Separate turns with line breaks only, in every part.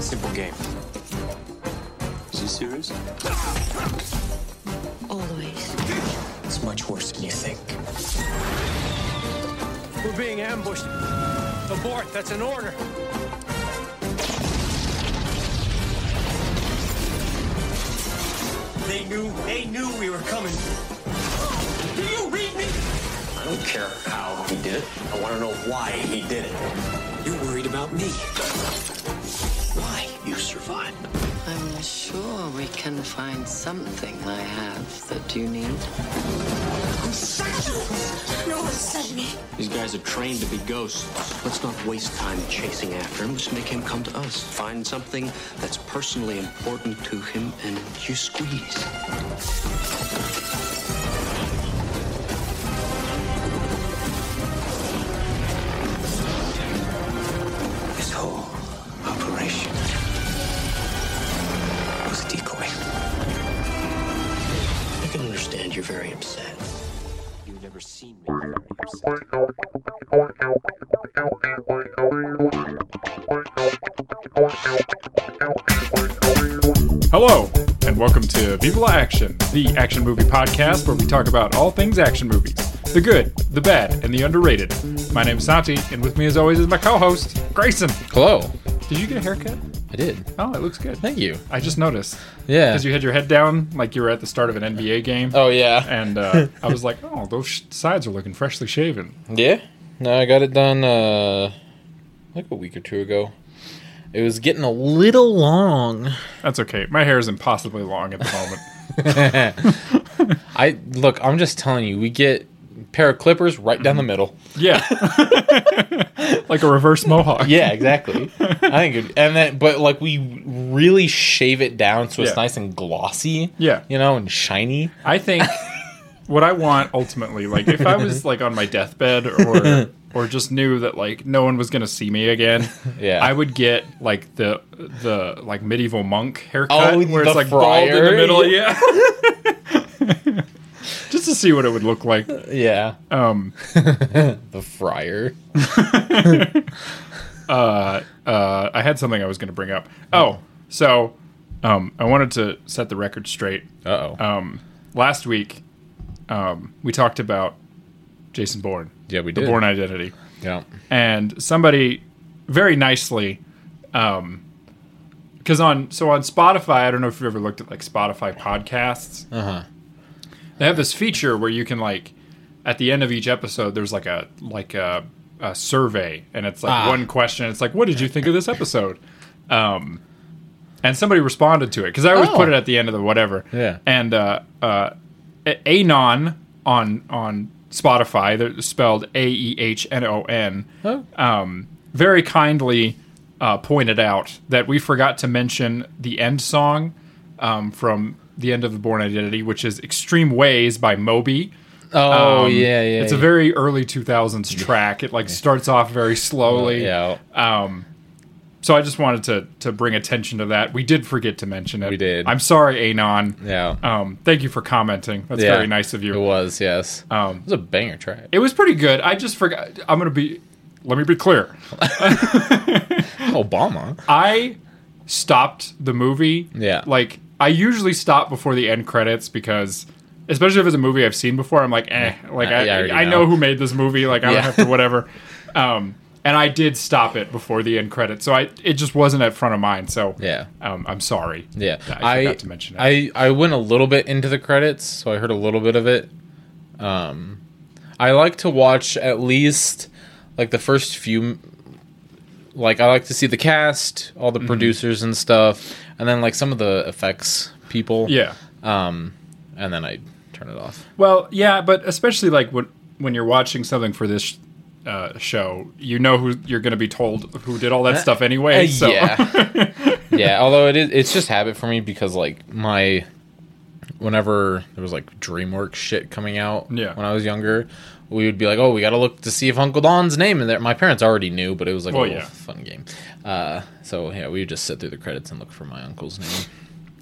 simple game. Is he serious?
Always.
It's much worse than you think.
We're being ambushed. Abort, that's an order.
They knew, they knew we were coming. Do you read me?
I don't care how he did it. I want to know why he did it. You're worried about me. Why you survived.
I'm sure we can find something I have that you need.
No one sent me.
These guys are trained to be ghosts. Let's not waste time chasing after him. Just make him come to us. Find something that's personally important to him and you squeeze.
This whole operation was a decoy.
I can understand you're very upset.
You've never seen me. very upset.
Hello, and welcome to Viva Action, the action movie podcast where we talk about all things action movies the good, the bad, and the underrated. My name is Santi, and with me as always is my co host, Grayson.
Hello.
Did you get a haircut?
I did.
Oh, it looks good.
Thank you.
I just noticed.
Yeah.
Because you had your head down like you were at the start of an NBA game.
Oh yeah.
And uh, I was like, oh, those sh- sides are looking freshly shaven.
Yeah. No, I got it done uh like a week or two ago. It was getting a little long.
That's okay. My hair is impossibly long at the moment.
I look, I'm just telling you, we get pair of clippers right down the middle.
yeah. like a reverse mohawk.
Yeah, exactly. I think it, and then but like we really shave it down so it's
Yeah.
nice and glossy.
Yeah.
You know, and shiny.
I think what I want ultimately, like if I was like on my deathbed or or just knew that like no one was gonna see me again,
Yeah.
I would get like the the like medieval monk haircut
Oh,
where
the
it's like bald in the
friar,
middle, yeah. just to see what it would look like. uh,
Yeah.
Um
The fryer.
uh, I had something I was gonna bring up. Oh, so um I wanted to set the record straight.
Uh-oh.
Um last week um we talked about Jason Bourne.
Yeah, we
the
did.
Bourne identity.
yeah.
and somebody very nicely um because on so on spotify i don't know if you've ever looked at like spotify podcasts uh-huh they have this feature where you can like at the end of each episode there's like a like a, a survey and it's like
Ah.
one question it's like what did you think of this episode um and somebody responded to it because i always
Oh.
put it at the end of the whatever
Yeah.
and uh uh a- anon on on spotify they're spelled E a-e-h-n-o-n um, very kindly uh, pointed out that we forgot to mention the end song um, from the end of the Born Identity, which is "Extreme Ways" by Moby.
Oh
Um,
yeah, yeah.
It's a very early 2000s track. It like starts off very slowly.
yeah.
So I just wanted to to bring attention to that. We did forget to mention it.
We did.
I'm sorry, Anon.
Yeah.
Um, thank you for commenting. That's
Yeah.
very nice of you.
It was, yes. Um, it was a banger track.
It was pretty good. I just forgot. I'm gonna be. Let me be clear.
Obama.
I stopped the movie.
Yeah.
Like I usually stop before the end credits because especially if it's a movie I've seen before, I'm like, eh, like
Yeah, I
I,
already
I, know.
know.
who made this movie, like I
Yeah.
don't have to whatever. Um and I did stop it before the end credits. So I it just wasn't at front of mind. So
Yeah.
Um I'm sorry.
Yeah.
I, forgot to mention it.
I, I went a little bit into the credits, so I heard a little bit of it. Um, I like to watch at least like the first few. Like I like to see the cast, all
Mm-hmm.
the producers and stuff, and then like some of the effects people.
yeah.
and then I turn it off.
Well, yeah, but especially like when when you're watching something for this uh, show, you know who you're going to be told who did all that stuff anyway.
Uh,
so
Yeah, yeah. Although it is, it's just habit for me because like my, whenever there was like DreamWorks shit coming out,
Yeah.
when I was younger, we would be like, oh, we got to look to see if Uncle Don's name in there. My parents already knew, but it was like
Well,
a little
yeah.
fun game. Uh, so yeah, we would just sit through the credits and look for my uncle's name.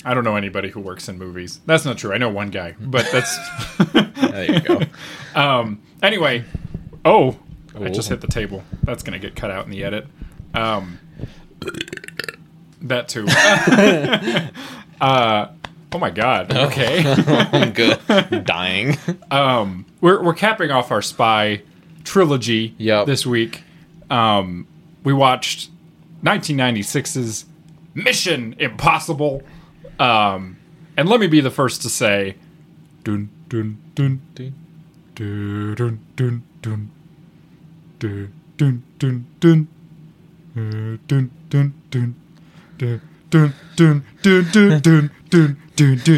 I don't know anybody who works in movies. That's not true. I know one guy, but that's
There you go.
anyway. Oh, I just
Oh.
hit the table. That's gonna get cut out in the edit. Um, That too. uh, oh my god. Okay.
I'm good. Dying.
we're we're capping off our spy trilogy
Yep.
this week. Um, we watched 1996's Mission Impossible. Um, and let me be the first to say, dun dun dun dun dun dun dun dun dun dun dun dun uh, dun dun dun dun dun dun dun dun dun dun dun dun dun dun dun dun dun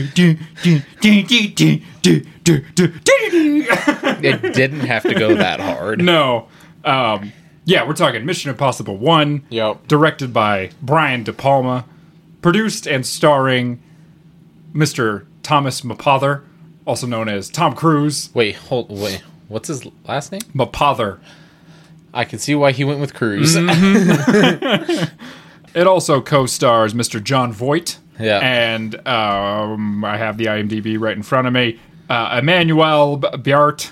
dun dun dun dun
It didn't have to go that hard.
no. Um, yeah, we're talking Mission Impossible 1.
Yep.
Directed by Brian De Palma. Produced and starring Mr. Thomas Mapother, also known as Tom Cruise.
Wait, hold. Wait, what's his last name?
Mapother.
I can see why he went with Cruz.
Mm. It also co stars Mr. John Voight.
Yeah.
And um, I have the IMDb right in front of me. Uh, Emmanuel B- Biart,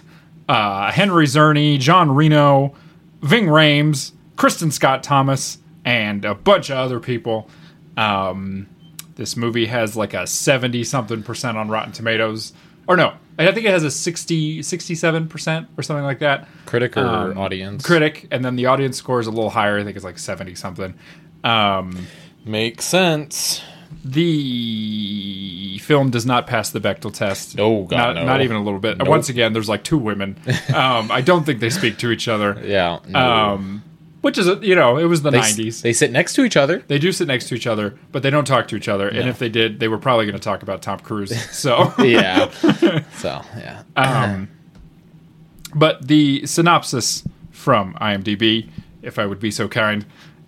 uh, Henry Zerny, John Reno, Ving Rames, Kristen Scott Thomas, and a bunch of other people. Um, this movie has like a 70 something percent on Rotten Tomatoes. Or no, I think it has a 60, 67% or something like that
Critic or
Um,
audience?
critic, and then the audience score is a little higher. I think it's like seventy something. Um,
Makes sense.
the film does not pass the Bechtel test.
Oh, God,
not,
no.
not even a little bit.
Nope.
Once again, there's like two women. Um, I don't think they speak to each other.
Yeah. no.
Um, which is you know it was the
they, s-
nineties. They,
They sit next to each other.
do sit next to each other, but they don't talk to each other. And if they did, they were probably going to talk about Tom Cruise. So
Yeah. so yeah.
But the synopsis from IMDb, if I would be so kind.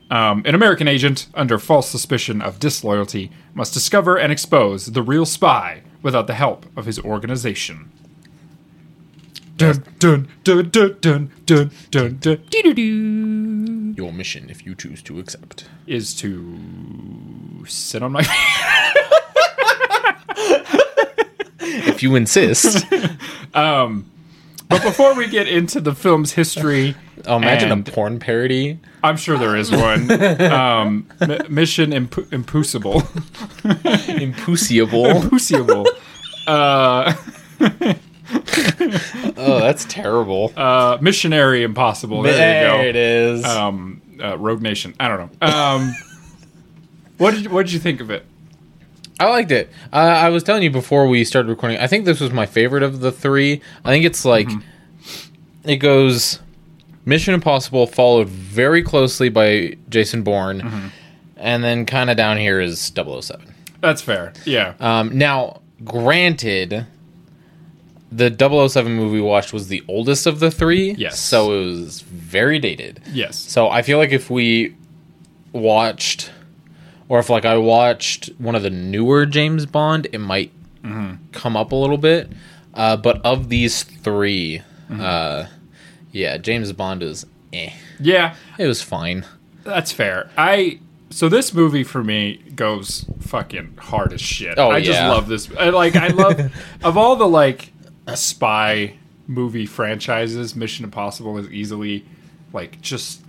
Um, an American agent, under false suspicion of disloyalty, must discover and expose the real spy without the help of his organization. Dun dun dun dun dun dun dun dun dee-doo-doo.
Your mission, if you choose to accept.
is to sit on my
If you insist.
But before we get into the film's history,
Oh, imagine
And-
a porn parody.
I'm sure there is one. Um, mi- mission imp- impossible.
Impusiable.
Impossible.
oh, that's terrible.
Uh, Missionary Impossible. There, you
it
go.
is.
Um, uh, Rogue Nation. I don't know. Um, what did you, what did you think of it?
I liked it. Uh, I was telling you before we started recording. I think this was my favorite of the three. I think it's like
Mm-hmm.
it goes Mission Impossible followed very closely by Jason Bourne,
Mm-hmm.
and then kind of down here is 007.
That's fair. Yeah.
Um, now, granted, the 007 movie we watched was the oldest of the three.
Yes.
So it was very dated.
Yes.
So I feel like if we watched, or if like I watched one of the newer James Bond, it might
Mm-hmm.
come up a little bit. Uh, but of these 3
Mm-hmm.
uh, yeah, James Bond is eh.
yeah.
It was fine.
That's fair. I so this movie for me goes fucking hard as shit.
Oh,
I just
yeah.
love this. I, like I love of all the like spy movie franchises, Mission Impossible is easily like just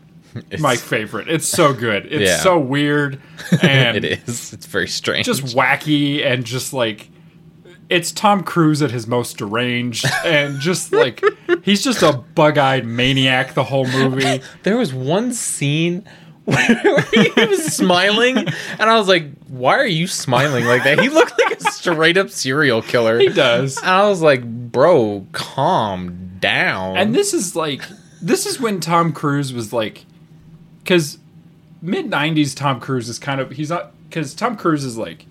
my favorite. It's so good. It's
Yeah.
so weird and
It is. It's very strange.
just wacky and just like it's Tom Cruise at his most deranged and just like he's just a bug-eyed maniac the whole movie.
There was one scene where he was smiling, and I was like, "Why are you smiling like that?" He looked like a straight up serial killer.
He does.
And I was like, "Bro, calm down."
And this is like this is when Tom Cruise was like cuz mid 90s Tom Cruise is kind of he's not cuz Tom Cruise is like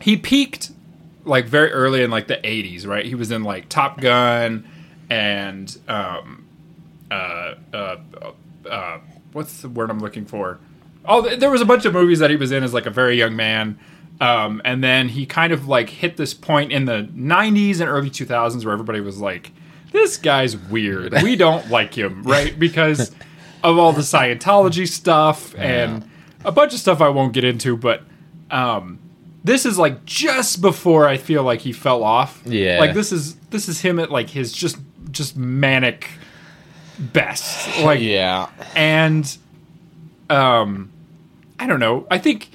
he peaked like very early in like the 80s, right? He was in like Top Gun and um uh uh uh what's the word I'm looking for? Oh, th- there was a bunch of movies that he was in as like a very young man. Um, and then he kind of like hit this point in the 90s and early 2000s where everybody was like, this guy's weird. We don't like him, right? Because of all the Scientology stuff and a bunch of stuff I won't get into, but um, this is like just before I feel like he fell off.
Yeah.
Like this is this is him at like his just just manic best. Like
yeah,
and um I don't know. I think,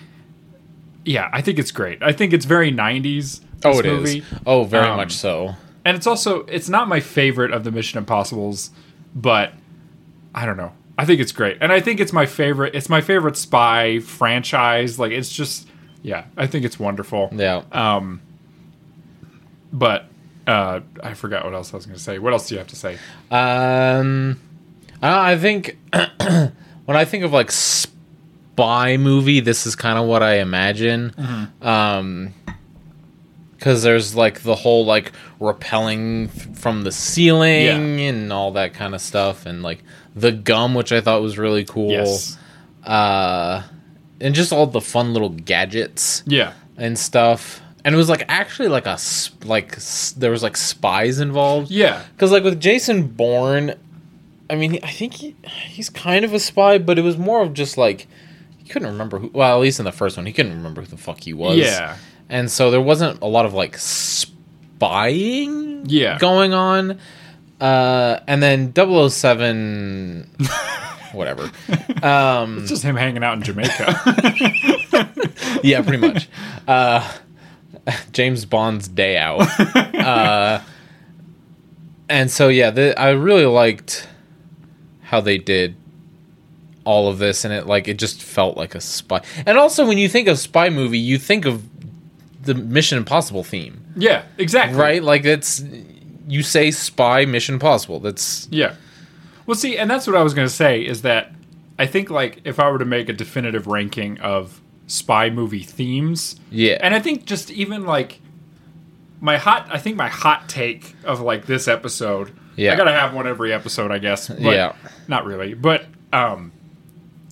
yeah, I think it's great. I think it's very '90s.
Oh,
this
it is.
movie.
Oh, very
Um,
much so.
and it's also it's not my favorite of the Mission Impossible's, but I don't know. I think it's great, and I think it's my favorite. It's my favorite spy franchise. Like it's just, yeah, I think it's wonderful.
Yeah.
But uh, I forgot what else I was going to say. What else do you have to say?
Um, I I think when I think of like spy movie, this is kind of what I imagine. Um 'cause because there's like the whole like repelling th- from the ceiling and all that kind of stuff, and like the gum, which I thought was really cool.
Yes.
Uh, and just all the fun little gadgets
Yeah.
and stuff. And it was like actually like a sp- like s- there was like spies involved.
Yeah.
Because like with Jason Bourne, I mean, I think he, he's kind of a spy, but it was more of just like he couldn't remember who. Well, at least in the first one, he couldn't remember who the fuck he was.
Yeah.
and so there wasn't a lot of like spying.
Yeah.
going on. Uh, and then 007, whatever.
It's just him hanging out in Jamaica.
Yeah, pretty much. Uh, James Bond's day out. Uh, and so yeah, the, I really liked how they did all of this, and it like it just felt like a spy. And also, when you think of spy movie, you think of the Mission Impossible theme,
yeah. Exactly.
right? Like it's you say spy Mission Impossible. That's
Yeah. Well, see, and that's what I was going to say is that I think like if I were to make a definitive ranking of spy movie themes,
Yeah.
and I think just even like my hot, I think my hot take of like this episode,
Yeah.
I gotta have one every episode, I guess. But
Yeah.
not really, but um,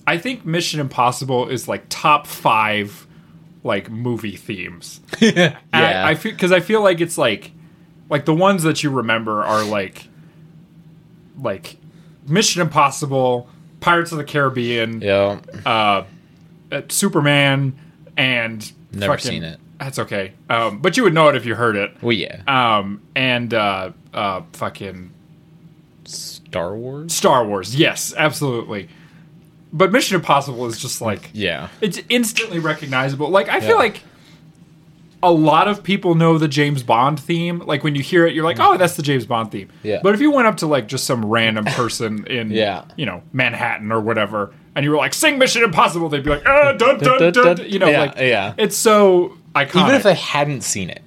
I think Mission Impossible is like top five like movie themes. And
Yeah.
I, I feel because I feel like it's like like the ones that you remember are like like Mission Impossible, Pirates of the Caribbean,
yeah,
uh, Superman, and
Never seen it.
That's okay, um, but you would know it if you heard it.
well yeah,
Um, and uh, uh, fucking
Star Wars.
Star Wars, yes, absolutely. But Mission Impossible is just like
Yeah,
it's instantly recognizable. Like I
Yeah.
feel like a lot of people know the James Bond theme. Like when you hear it, you're like, "Oh, that's the James Bond theme."
Yeah.
But if you went up to like just some random person in,
Yeah.
you know, Manhattan or whatever, and you were like, "Sing Mission Impossible," they'd be like, "Ah, dun dun dun,",
dun,
dun," you know,
yeah,
like,
yeah.
it's so iconic.
even if I hadn't seen it.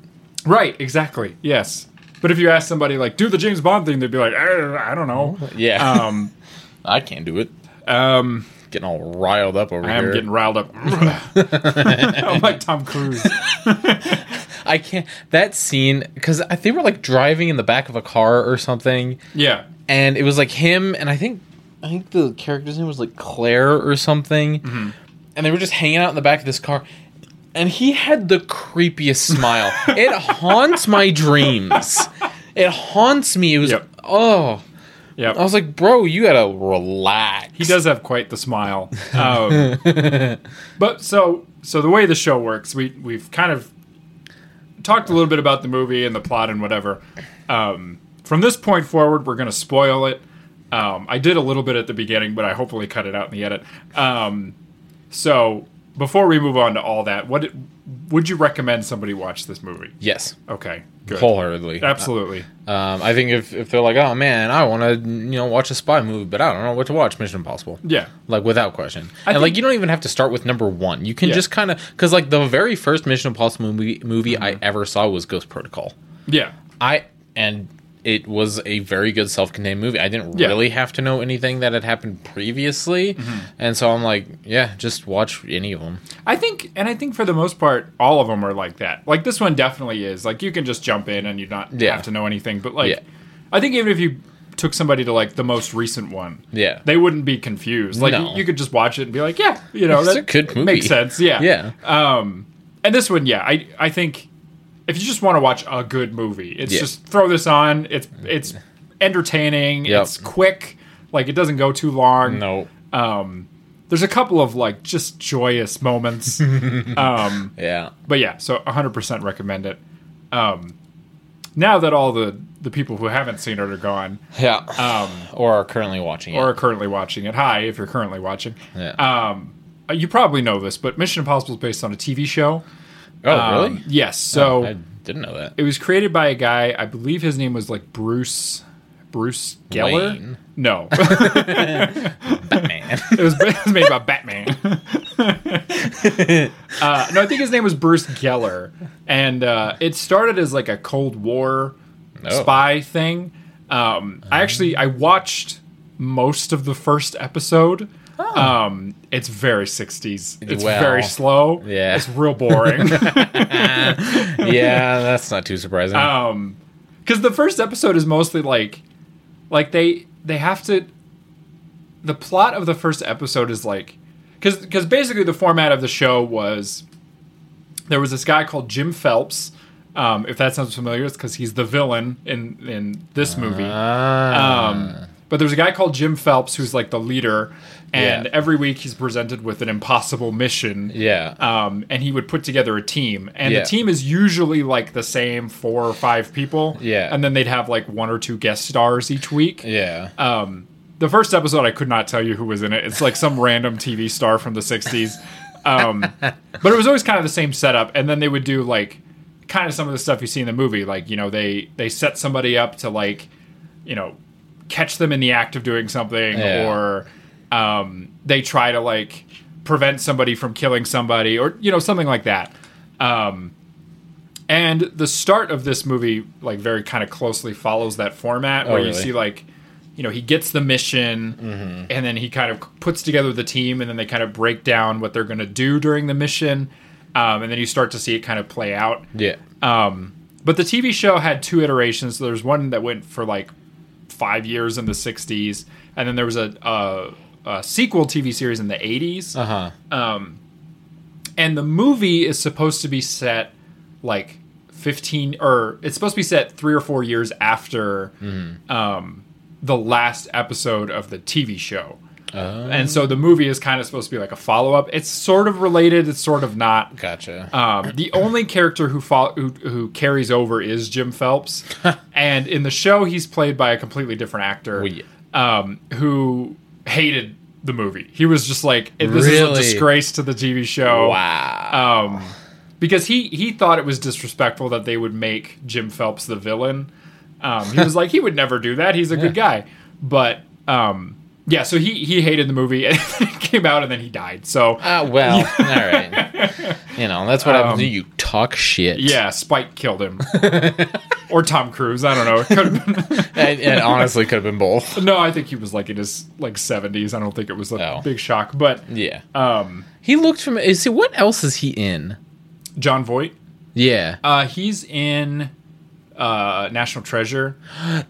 right, exactly, yes. But if you ask somebody like, "Do the James Bond thing," they'd be like, "Ah, "I don't know."
Yeah.
Um,
I can't do it.
um,
Getting all riled up over
I am
here.
getting riled up. I'm like Tom Cruise.
I can't. That scene because they were like driving in the back of a car or something,
Yeah.
and it was like him and I think I think the character's name was like Claire or something,
Mm-hmm.
and they were just hanging out in the back of this car. And he had the creepiest smile. it haunts my dreams. It haunts me. It was
Yep.
oh,
Yeah.
I was like, bro, you gotta relax.
he does have quite the smile. Um, but so so the way the show works, we we've kind of talked a little bit about the movie and the plot and whatever. Um, from this point forward, we're going to spoil it. Um, I did a little bit at the beginning, but I hopefully cut it out in the edit. Um, so before we move on to all that, what would you recommend somebody watch this movie?
Yes,
Okay, good,
wholeheartedly.
absolutely.
Um, I think if, if they're like, oh man, I want to you know watch a spy movie, but I don't know what to watch, Mission Impossible.
Yeah.
like without question.
I
and
think-
like you don't even have to start with number one. You can
Yeah.
just kind of because like the very first Mission Impossible movie movie
Mm-hmm.
I ever saw was Ghost Protocol.
Yeah,
I and it was a very good self-contained movie. I didn't
Yeah. Mm-hmm.
really have to know anything that had happened previously, and so I'm like, yeah, just watch any of them.
I think, and I think for the most part, all of them are like that. Like this one definitely is. Like you can just jump in and you not
Yeah.
have to know anything. But like,
Yeah.
I think even if you took somebody to like the most recent one,
Yeah.
they wouldn't be confused. Like
No.
you, you could just watch it and be like, yeah, you know,
It's
that
a good movie.
makes sense. Yeah,
Yeah,
And this one, yeah, I I think if you just want to watch a good movie, it's
Yeah.
just throw this on. It's it's entertaining.
Yep.
It's quick. Like it doesn't go too long
no,
there's a couple of like just joyous moments
yeah,
but yeah, so 100% recommend it. Um, now that all the, the people who haven't seen it are gone
yeah, um, or are currently watching it.
or are currently watching it, hi, if you're currently watching,
yeah.
uh, you probably know this, but Mission Impossible is based on a TV show.
Oh,
Um,
really?
Yes. So
I didn't know that.
it was created by a guy. I believe his name was like Bruce. Bruce Geller?
Wayne.
No,
Man.
it was, it was made by Batman. uh, no, I think his name was Bruce Geller, and uh, it started as like a Cold War
Oh.
spy thing. Um, I actually I watched most of the first episode. Um, it's very 60s. It's
Well,
very slow.
yeah.
it's real boring.
yeah, that's not too surprising.
Um, because the first episode is mostly like like they they have to the plot of the first episode is like because because basically the format of the show was there was this guy called jim phelps um, if that sounds familiar it's because he's the villain in in this movie
Ah.
um, but there's a guy called jim phelps who's like the leader and
Yeah.
every week he's presented with an impossible mission
yeah.
um, and he would put together a team. And
Yeah.
the team is usually like the same four or five people.
Yeah.
And then they'd have like one or two guest stars each week.
yeah.
uh, The first episode, I could not tell you who was in it. It's like some random TV star from the 60s. Um, but it was always kind of the same setup. And then they would do like kind of some of the stuff you see in the movie. Like, you know, they, they set somebody up to like, you know, catch them in the act of doing something
Yeah.
or um, they try to like prevent somebody from killing somebody or, you know, something like that. And the start of this movie, like, very kind of closely follows that format where you
really?
see, like, you know, he gets the mission and then he kind of puts together the team and then they kind of break down what they're going to do during the mission. Um, and then you start to see it kind of play out.
yeah.
uh, But the TV show had two iterations. There's one that went for like five years in the 60s, and then there was a, a, a sequel TV series in the 80s. Uh huh. Um, and the movie is supposed to be set like 15 or it's supposed to be set three or four years after um, the last episode of the TV show. And so the movie is kind of supposed to be like a follow up. It's sort of related, it's sort of not.
Gotcha.
Um, the only character who, fo- who who carries over is Jim Phelps, and in the show he's played by a completely different actor
Well, yeah.
um, who hated the movie. He was just like, "This
Really?
is a disgrace to the TV show." uh,
wow.
Because he he thought it was disrespectful that they would make Jim Phelps the villain. Um, he was like, he would never do that. He's a good guy, but um, yeah. So he he hated the movie and it came out, and then he died. So
Ah, well, all right. You know, that's what happens when you talk shit.
Um, Yeah, Spike killed him. or Tom Cruise. I don't know. It could have been.
It, it honestly could have been both.
No, I think he was like in his like seventies. I don't think it was a
Oh.
big shock. But
Yeah. Um, he looked from. Is he? What else is he in?
John Voight,
Yeah.
uh, he's in uh, National Treasure.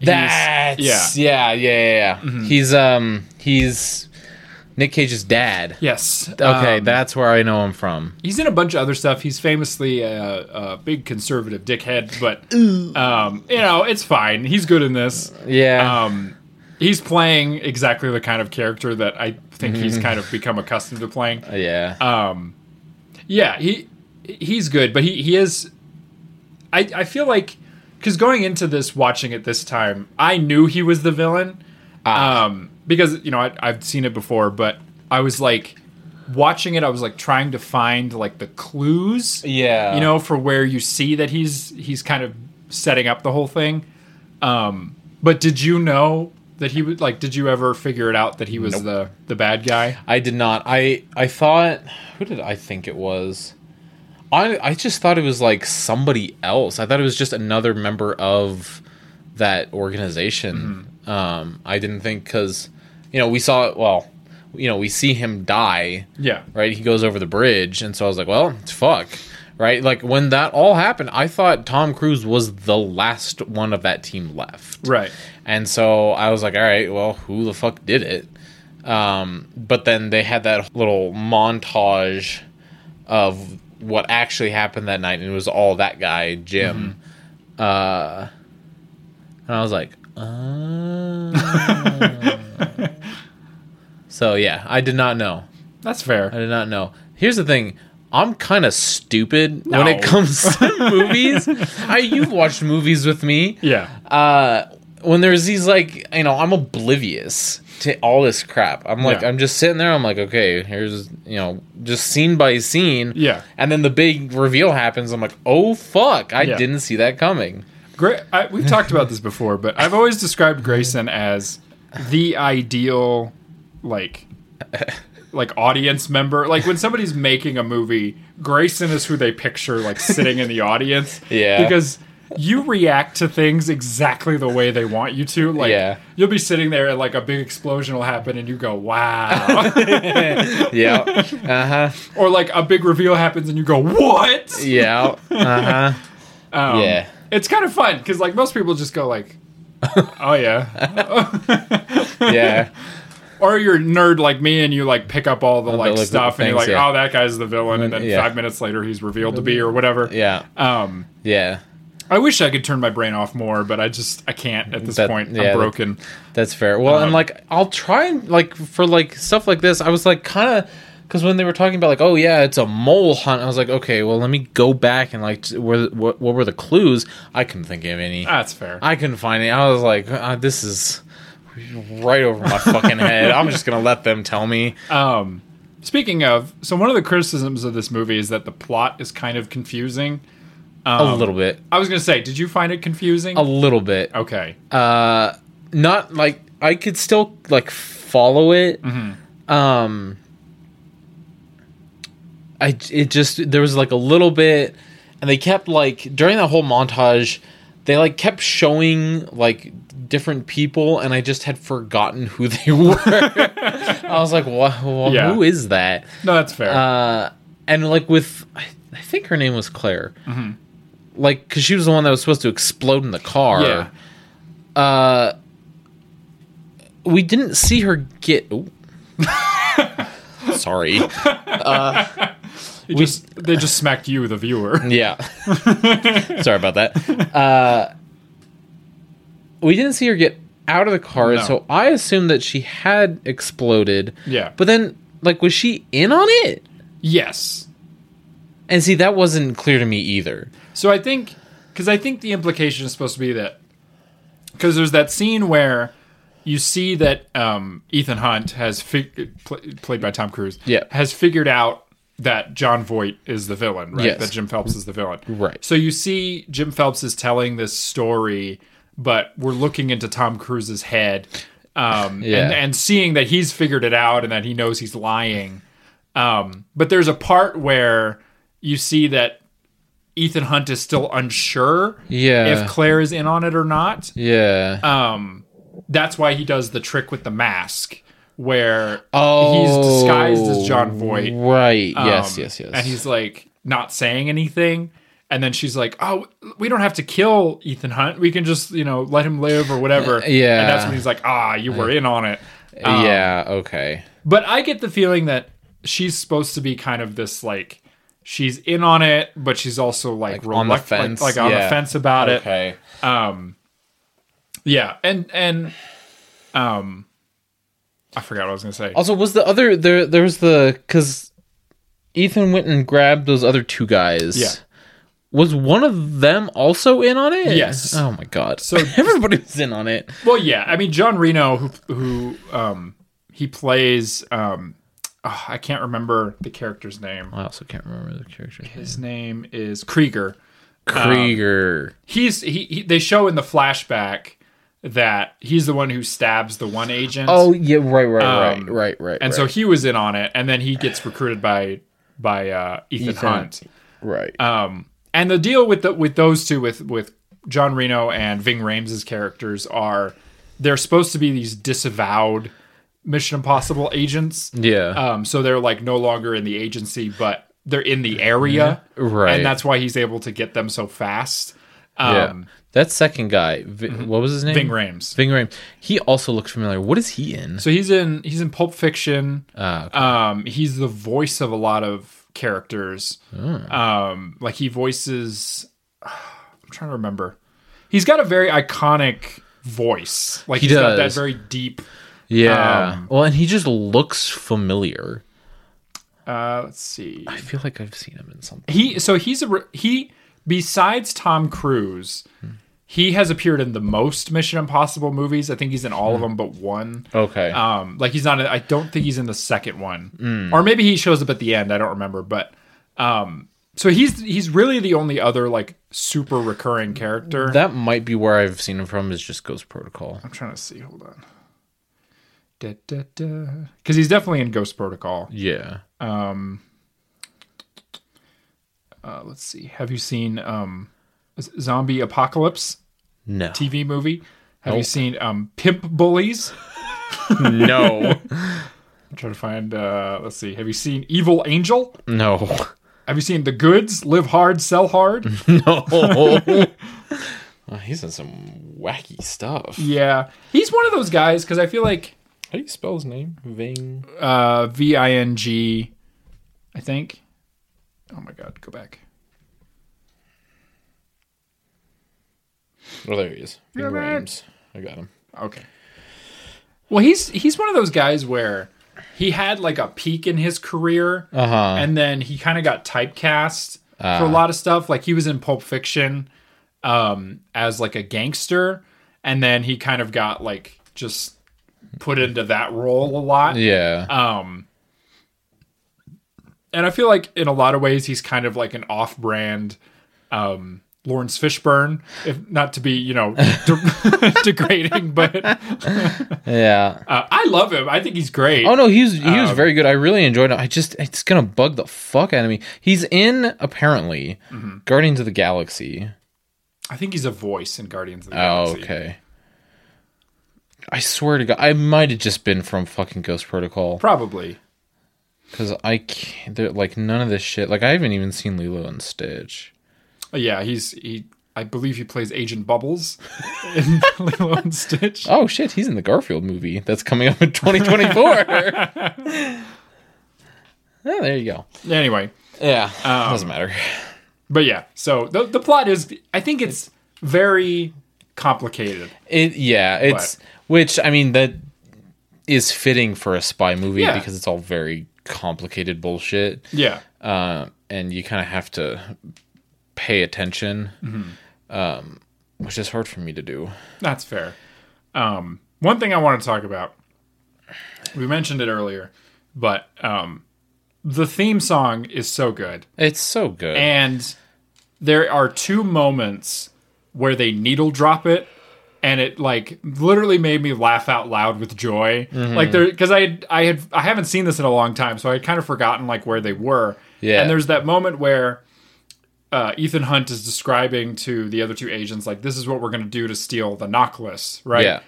That's yeah,
he's-
yeah, yeah, yeah. yeah.
Mm-hmm.
He's um, he's Nick Cage's dad.
Yes.
Okay,
Um,
that's where I know him from.
he's in a bunch of other stuff. He's famously a, a big conservative dickhead, but um, you know it's fine. He's good in this.
Yeah,
Um, he's playing exactly the kind of character that I think he's kind of become accustomed to playing.
yeah.
Yeah, he he's good, but he he is. I I feel like because going into this, watching it this time, I knew he was the villain, um, because you know I, I've seen it before, but I was like watching it, I was like trying to find like the clues,
yeah,
you know, for where you see that he's he's kind of setting up the whole thing. Um, but did you know that he was like? Did you ever figure it out that he was the the bad guy?
I did not. I I thought who did I think it was? I I just thought it was like somebody else. I thought it was just another member of that organization. Um, I didn't think because you know we saw well, you know we see him die.
Yeah,
right? He goes over the bridge, and so I was like, well, it's fuck, right? Like when that all happened, I thought Tom Cruise was the last one of that team left,
right.
and so I was like, all right, well, who the fuck did it? Um, but then they had that little montage of what actually happened that night, and it was all that guy Jim,
Mm-hmm.
uh, and I was like. "Oh." so yeah, I did not know.
That's fair.
I did not know. Here's the thing. I'm kind of stupid when
No.
it comes to movies. I, you've watched movies with me.
Yeah.
Uh, when there's these like you know i'm oblivious to all this crap i'm like
Yeah.
i'm just sitting there i'm like okay here's you know just scene by scene
Yeah.
and then the big reveal happens i'm like oh fuck i
Yeah.
didn't see that coming
Gra- I, we've talked about this before, but I've always described Grayson as the ideal, like, like audience member. Like when somebody's making a movie, Grayson is who they picture, like sitting in the audience.
Yeah.
because you react to things exactly the way they want you to. Like,
Yeah.
you'll be sitting there and like a big explosion will happen, and you go, "Wow,"
yeah
or like a big reveal happens, and you go, "What?"
yeah uh-huh
Um,
yeah
it's kind of fun because like most people just go like, "Oh yeah."
yeah
or you're a nerd like me and you like pick up all the like
like,
stuff and you're
things,
like
yeah.
oh that guy's the villain and then
Yeah.
five minutes later he's revealed to be or whatever
yeah
um
yeah
i wish i could turn my brain off more but i just i can't at this
That-
point
yeah,
i'm
that-
broken
That's fair. Well,
Um,
and like I'll try and like for like stuff like this, I was like kind of because when they were talking about like oh yeah, it's a mole hunt, I was like okay, well let me go back and like t- where what, what were the clues? I couldn't think of any.
that's fair
I couldn't find any. I was like uh, this is right over my fucking head. I'm just gonna let them tell me.
um speaking of so one of the criticisms of this movie is that the plot is kind of confusing
a little bit,
i was gonna say did you find it confusing
a little bit.
okay
Not like I could still like follow it.
Mm-hmm.
Um, I it just there was like a little bit, and they kept like during that whole montage, they like kept showing like different people, and I just had forgotten who they were. I was like, what?
Yeah.
Who is that?
no that's fair
Uh, and like with I, I think her name was Claire.
Mm-hmm.
Like, because she was the one that was supposed to explode in the car
yeah
we didn't see her get. Ooh. Sorry.
It just, they just smacked you the viewer
Yeah. Sorry about that. Uh, we didn't see her get out of the car,
No.
so I assumed that she had exploded.
Yeah.
But then, like, was she in on it?
yes
And see, that wasn't clear to me either.
So I think, because I think the implication is supposed to be that, because there's that scene where you see that um, Ethan Hunt has fig- pl- played by Tom Cruise,
Yeah.
has figured out that John Voight is the villain, right?
Yes.
That Jim Phelps is the villain,
Right.
So you see Jim Phelps is telling this story, but we're looking into Tom Cruise's head, um,
Yeah.
and, and seeing that he's figured it out and that he knows he's lying. Um, but there's a part where you see that Ethan Hunt is still unsure
Yeah.
if Claire is in on it or not.
Yeah.
That's why he does the trick with the mask where Um, he's
Oh,
disguised as John Voight.
right. yes,
Um,
yes, yes.
And he's like not saying anything. And then she's like, "Oh, we don't have to kill Ethan Hunt. We can just, you know, let him live or whatever."
yeah.
And that's when he's like, "Ah, you were in on it."
yeah,
um,
okay.
But I get the feeling that she's supposed to be kind of this like she's in on it, but she's also like,
on the
reluct-
fence,
like, like on
yeah.
the fence about it.
Okay.
Yeah, and and um, I forgot what I was gonna say.
Also, was the other there? There was the because Ethan went and grabbed those other two guys.
Yeah.
Was one of them also in on it?
Yes.
Oh my god. So
So-
everybody was in on it.
well, yeah, I mean John Reno, who who um he plays um oh, I can't remember the character's name.
I also can't remember the character.
His name is Krieger.
Uh,
Um,
Krieger.
He's he, he they show in the flashback that he's the one who stabs the one agent.
oh yeah, right, right,
um,
right, right, right.
and so
right,
he was in on it, and then he gets recruited by by uh, Ethan,
Ethan.
Hunt.
right.
um, And the deal with the with those two with with John Reno and Ving Rhames' characters are they're supposed to be these disavowed Mission Impossible agents.
yeah.
Um, so they're like no longer in the agency, but they're in the area,
Mm-hmm. Right.
And that's why he's able to get them so fast.
yeah.
Um, mm-hmm.
that second guy, Vi- what was his name?
Ving Rhames.
Ving Rhames. He also looked familiar. What is he in?
So he's in he's in Pulp Fiction.
Ah, okay.
Um, he's the voice of a lot of characters.
Hmm.
Um, like he voices. I'm trying to remember. He's got a very iconic voice. Like
He
he's got that
does.
very deep.
yeah.
um,
well, and he just looks familiar.
Uh, let's see.
I feel like I've seen him in something. Hmm.
He so he's a re- he besides Tom Cruise, He has appeared in the most Mission Impossible movies. I think he's in all
Hmm.
of them but one.
Okay. Hmm.
Um, like he's not. in- I don't think he's in the second one, or maybe he shows up at the end. I don't remember, but um, so he's he's really the only other like super recurring character.
that might be where I've seen him from is just Ghost Protocol.
I'm trying to see. Hold on. Because he's definitely in Ghost Protocol.
Yeah.
Uh, let's see. Have you seen um, Z- Zombie Apocalypse
No.
TV movie? Have you
Nope.
seen um, Pimp Bullies?
No.
I'm trying to find. Uh, let's see. Have you seen Evil Angel?
no.
Have you seen The Goods? Live Hard, Sell Hard.
Oh. Well, he's in some wacky stuff.
yeah, he's one of those guys because I feel like
How do you spell his name? Ving.
uh, V I N G, I think. Oh my God, go back.
Oh, there he is. Ving
Yeah, man.
Rhames. I got him.
Okay. Well, he's he's one of those guys where he had like a peak in his career,
Uh-huh.
and then he kind of got typecast for a lot of stuff. Like he was in Pulp Fiction um, as like a gangster, and then he kind of got like just put into that role a lot.
Yeah.
Um, And I feel like in a lot of ways he's kind of like an off-brand um, Lawrence Fishburne, if not to be you know de- degrading, but.
yeah.
Uh, I love him. I think he's great.
Oh no, he was he
Um,
was very good. I really enjoyed it. I just it's gonna bug the fuck out of me. He's in apparently
Mm-hmm.
Guardians of the Galaxy.
I think he's a voice in Guardians of the
Oh,
Galaxy.
okay. I swear to God, I might have just been from fucking Ghost Protocol
Probably.
because I can't. They're, like none of this shit. Like I haven't even seen Lilo and Stitch.
Uh, Yeah, he's he. I believe he plays Agent Bubbles in Lilo and Stitch.
Oh shit, he's in the Garfield movie that's coming up in 2024. oh, there you go.
Anyway,
Yeah,
Um,
doesn't matter.
but yeah. So the the plot is. I think it's very complicated.
It yeah, it's which I mean that is fitting for a spy movie
Yeah.
because it's all very complicated bullshit,
Yeah.
uh, and you kind of have to pay attention, um,
Mm-hmm.
which is hard for me to do.
That's fair. Um, one thing I want to talk about, we mentioned it earlier, but um, the theme song is so good.
It's so good.
and there are two moments where they needle drop it and it like literally made me laugh out loud with joy
Mm-hmm.
like there because i had- i had i haven't seen this in a long time so i had kind of forgotten like where they were
Yeah.
and there's that moment where uh, ethan hunt is describing to the other two agents like this is what we're going to do to steal the knockless right
Yeah.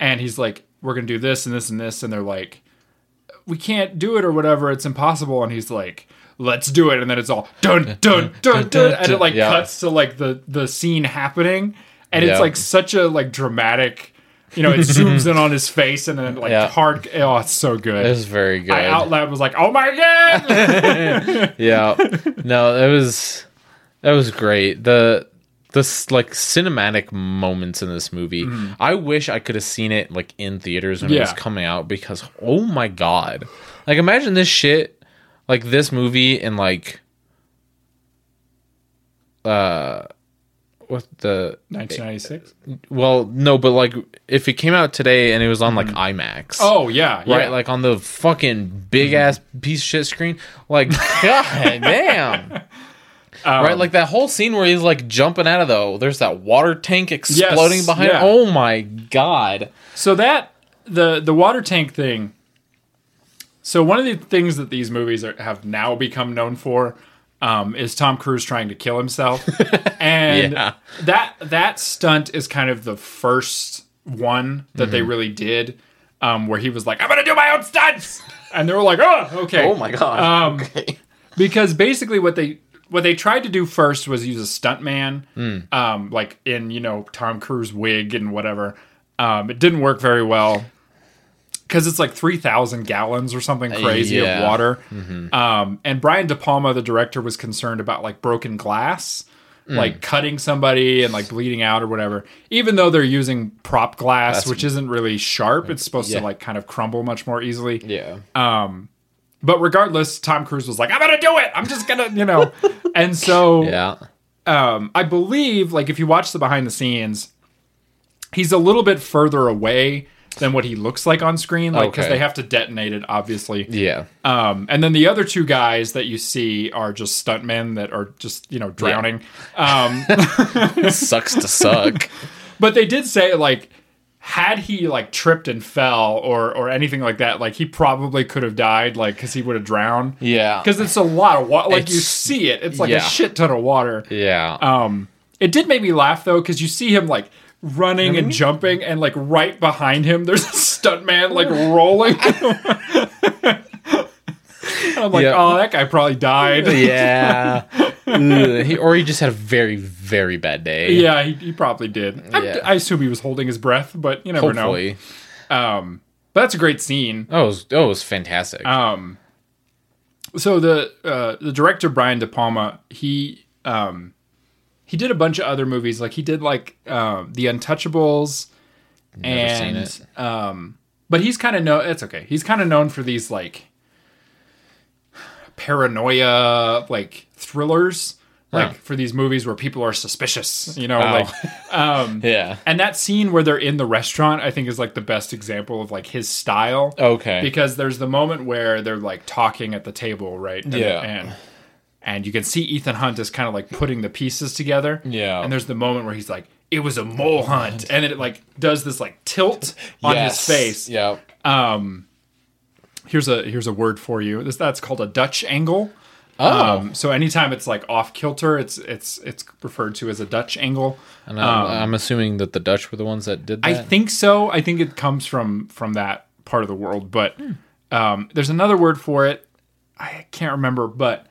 and he's like we're going to do this and this and this and they're like we can't do it or whatever. It's impossible. And he's like, let's do it. And then it's all dun dun dun dun, and it like
Yeah.
cuts to like the the scene happening, and it's
Yeah.
like such a like dramatic. You know, it zooms in on his face, and then like
Yeah.
hard. Oh, it's so good.
it was very good.
I out loud was like, "Oh my god!"
yeah no that was that was great the this like cinematic moments in this movie i wish i could have seen it like in theaters when it was
Mm-hmm. Yeah.
coming out because oh my god like imagine this shit like this movie in like uh what the
1996.
well no but like if it came out today and it was on like imax
Oh yeah, yeah. Mm-hmm.
right? Like on the fucking big ass piece of shit screen. Like, god damn.
Um,
right, like that whole scene where he's like jumping out of the there's that water tank exploding behind.
yeah.
Oh my god!
So that the the water tank thing. So one of the things that these movies are, have now become known for um, is Tom Cruise trying to kill himself, and
Yeah.
that that stunt is kind of the first one that
Mm-hmm.
they really did, um, where he was like, "I'm gonna do my own stunts," and they were like, "Oh, okay."
Oh my god. Um, okay.
because basically what they what they tried to do first was use a stuntman,
Hmm.
um, like in you know Tom Cruise wig and whatever. Um, it didn't work very well because it's like three thousand gallons or something crazy
Uh, yeah. Mm-hmm.
of water. Um, and Brian De Palma, the director, was concerned about like broken glass,
Hmm.
like cutting somebody and like bleeding out or whatever. Even though they're using prop glass, which isn't really sharp, it's supposed
yeah.
to like kind of crumble much more easily.
Yeah,
Um, But regardless, Tom Cruise was like, "I'm gonna do it. I'm just gonna," you know. and so
yeah,
um, I believe, like, if you watch the behind the scenes, he's a little bit further away than what he looks like on screen, like, because
Okay.
they have to detonate it, obviously.
Yeah.
Um, and then the other two guys that you see are just stuntmen that are just, you know, drowning. Um,
Sucks to suck.
but they did say, like, had he like tripped and fell or or anything like that, like he probably could have died, like because he would have drowned.
Yeah.
because it's a lot of water. Like you
It's-
see it, it's like
yeah.
a shit ton of water.
Yeah.
Um, it did make me laugh though, because you see him like running and jumping, and like right behind him, there's a stuntman like rolling. I'm like,
Yeah.
oh, that guy probably died.
yeah. Ugh. He, or he just had a very, very bad day.
Yeah, he, he probably did. I'm-
Yeah.
I, assume he was holding his breath, but you never know.
Hopefully.
But that's a great scene.
Oh, it was, oh, it was fantastic.
Um, So the uh, the director Brian De Palma, he um, he did a bunch of other movies. Like he did like um The Untouchables,
Never seen
and um,
it.
but he's kind of known. It's okay. He's kind of known for these like paranoia, like thrillers, like
Huh.
for these movies where people are suspicious. You know,
Wow.
like
yeah.
and that scene where they're in the restaurant, I think, is like the best example of like his style.
Okay.
because there's the moment where they're like talking at the table, right? And,
Yeah.
and and you can see Ethan Hunt is kind of like putting the pieces together.
Yeah.
and there's the moment where he's like. It was a mole hunt, and then it like does this like tilt on
Yes.
his face,
Yeah.
here's a here's a word for you. This that's called a Dutch angle.
Oh.
Um, so anytime it's like off kilter, it's it's it's referred to as a Dutch angle.
and I'm, I'm assuming that the Dutch were the ones that did that.
Um, I think so. I think it comes from from that part of the world, but
Hmm.
um, there's another word for it. I can't remember, but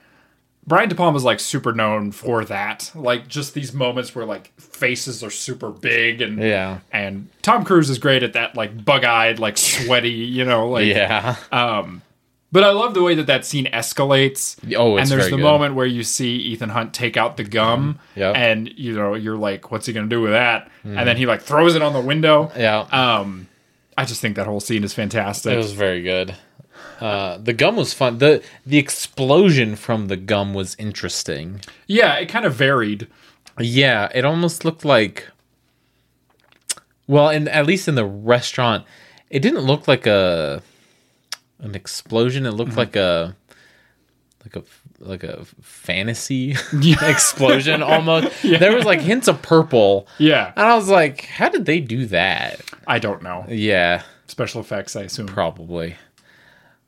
Brian De Palma's like super known for that. Like just these moments where like faces are super big and
Yeah.
And Tom Cruise is great at that, like bug-eyed, like sweaty, you know, like
Yeah.
But I love the way that that scene escalates.
Oh, it's
and there's
very
the
good. Mm-hmm.
moment where you see Ethan Hunt take out the gum,
Yeah.
and you know you're like, "What's he gonna do with that?"
Mm-hmm.
And then he like throws it on the window.
yeah.
Um, I just think that whole scene is fantastic.
It was very good. Uh, the gum was fun. the The explosion from the gum was interesting.
yeah, it kind of varied.
Yeah, it almost looked like. Well, and at least in the restaurant, it didn't look like a an explosion. It looked like a like a like a fantasy explosion almost. There was like hints of purple,
Yeah,
and I was like, "How did they do that?"
I don't know
Yeah,
special effects. I assume
probably.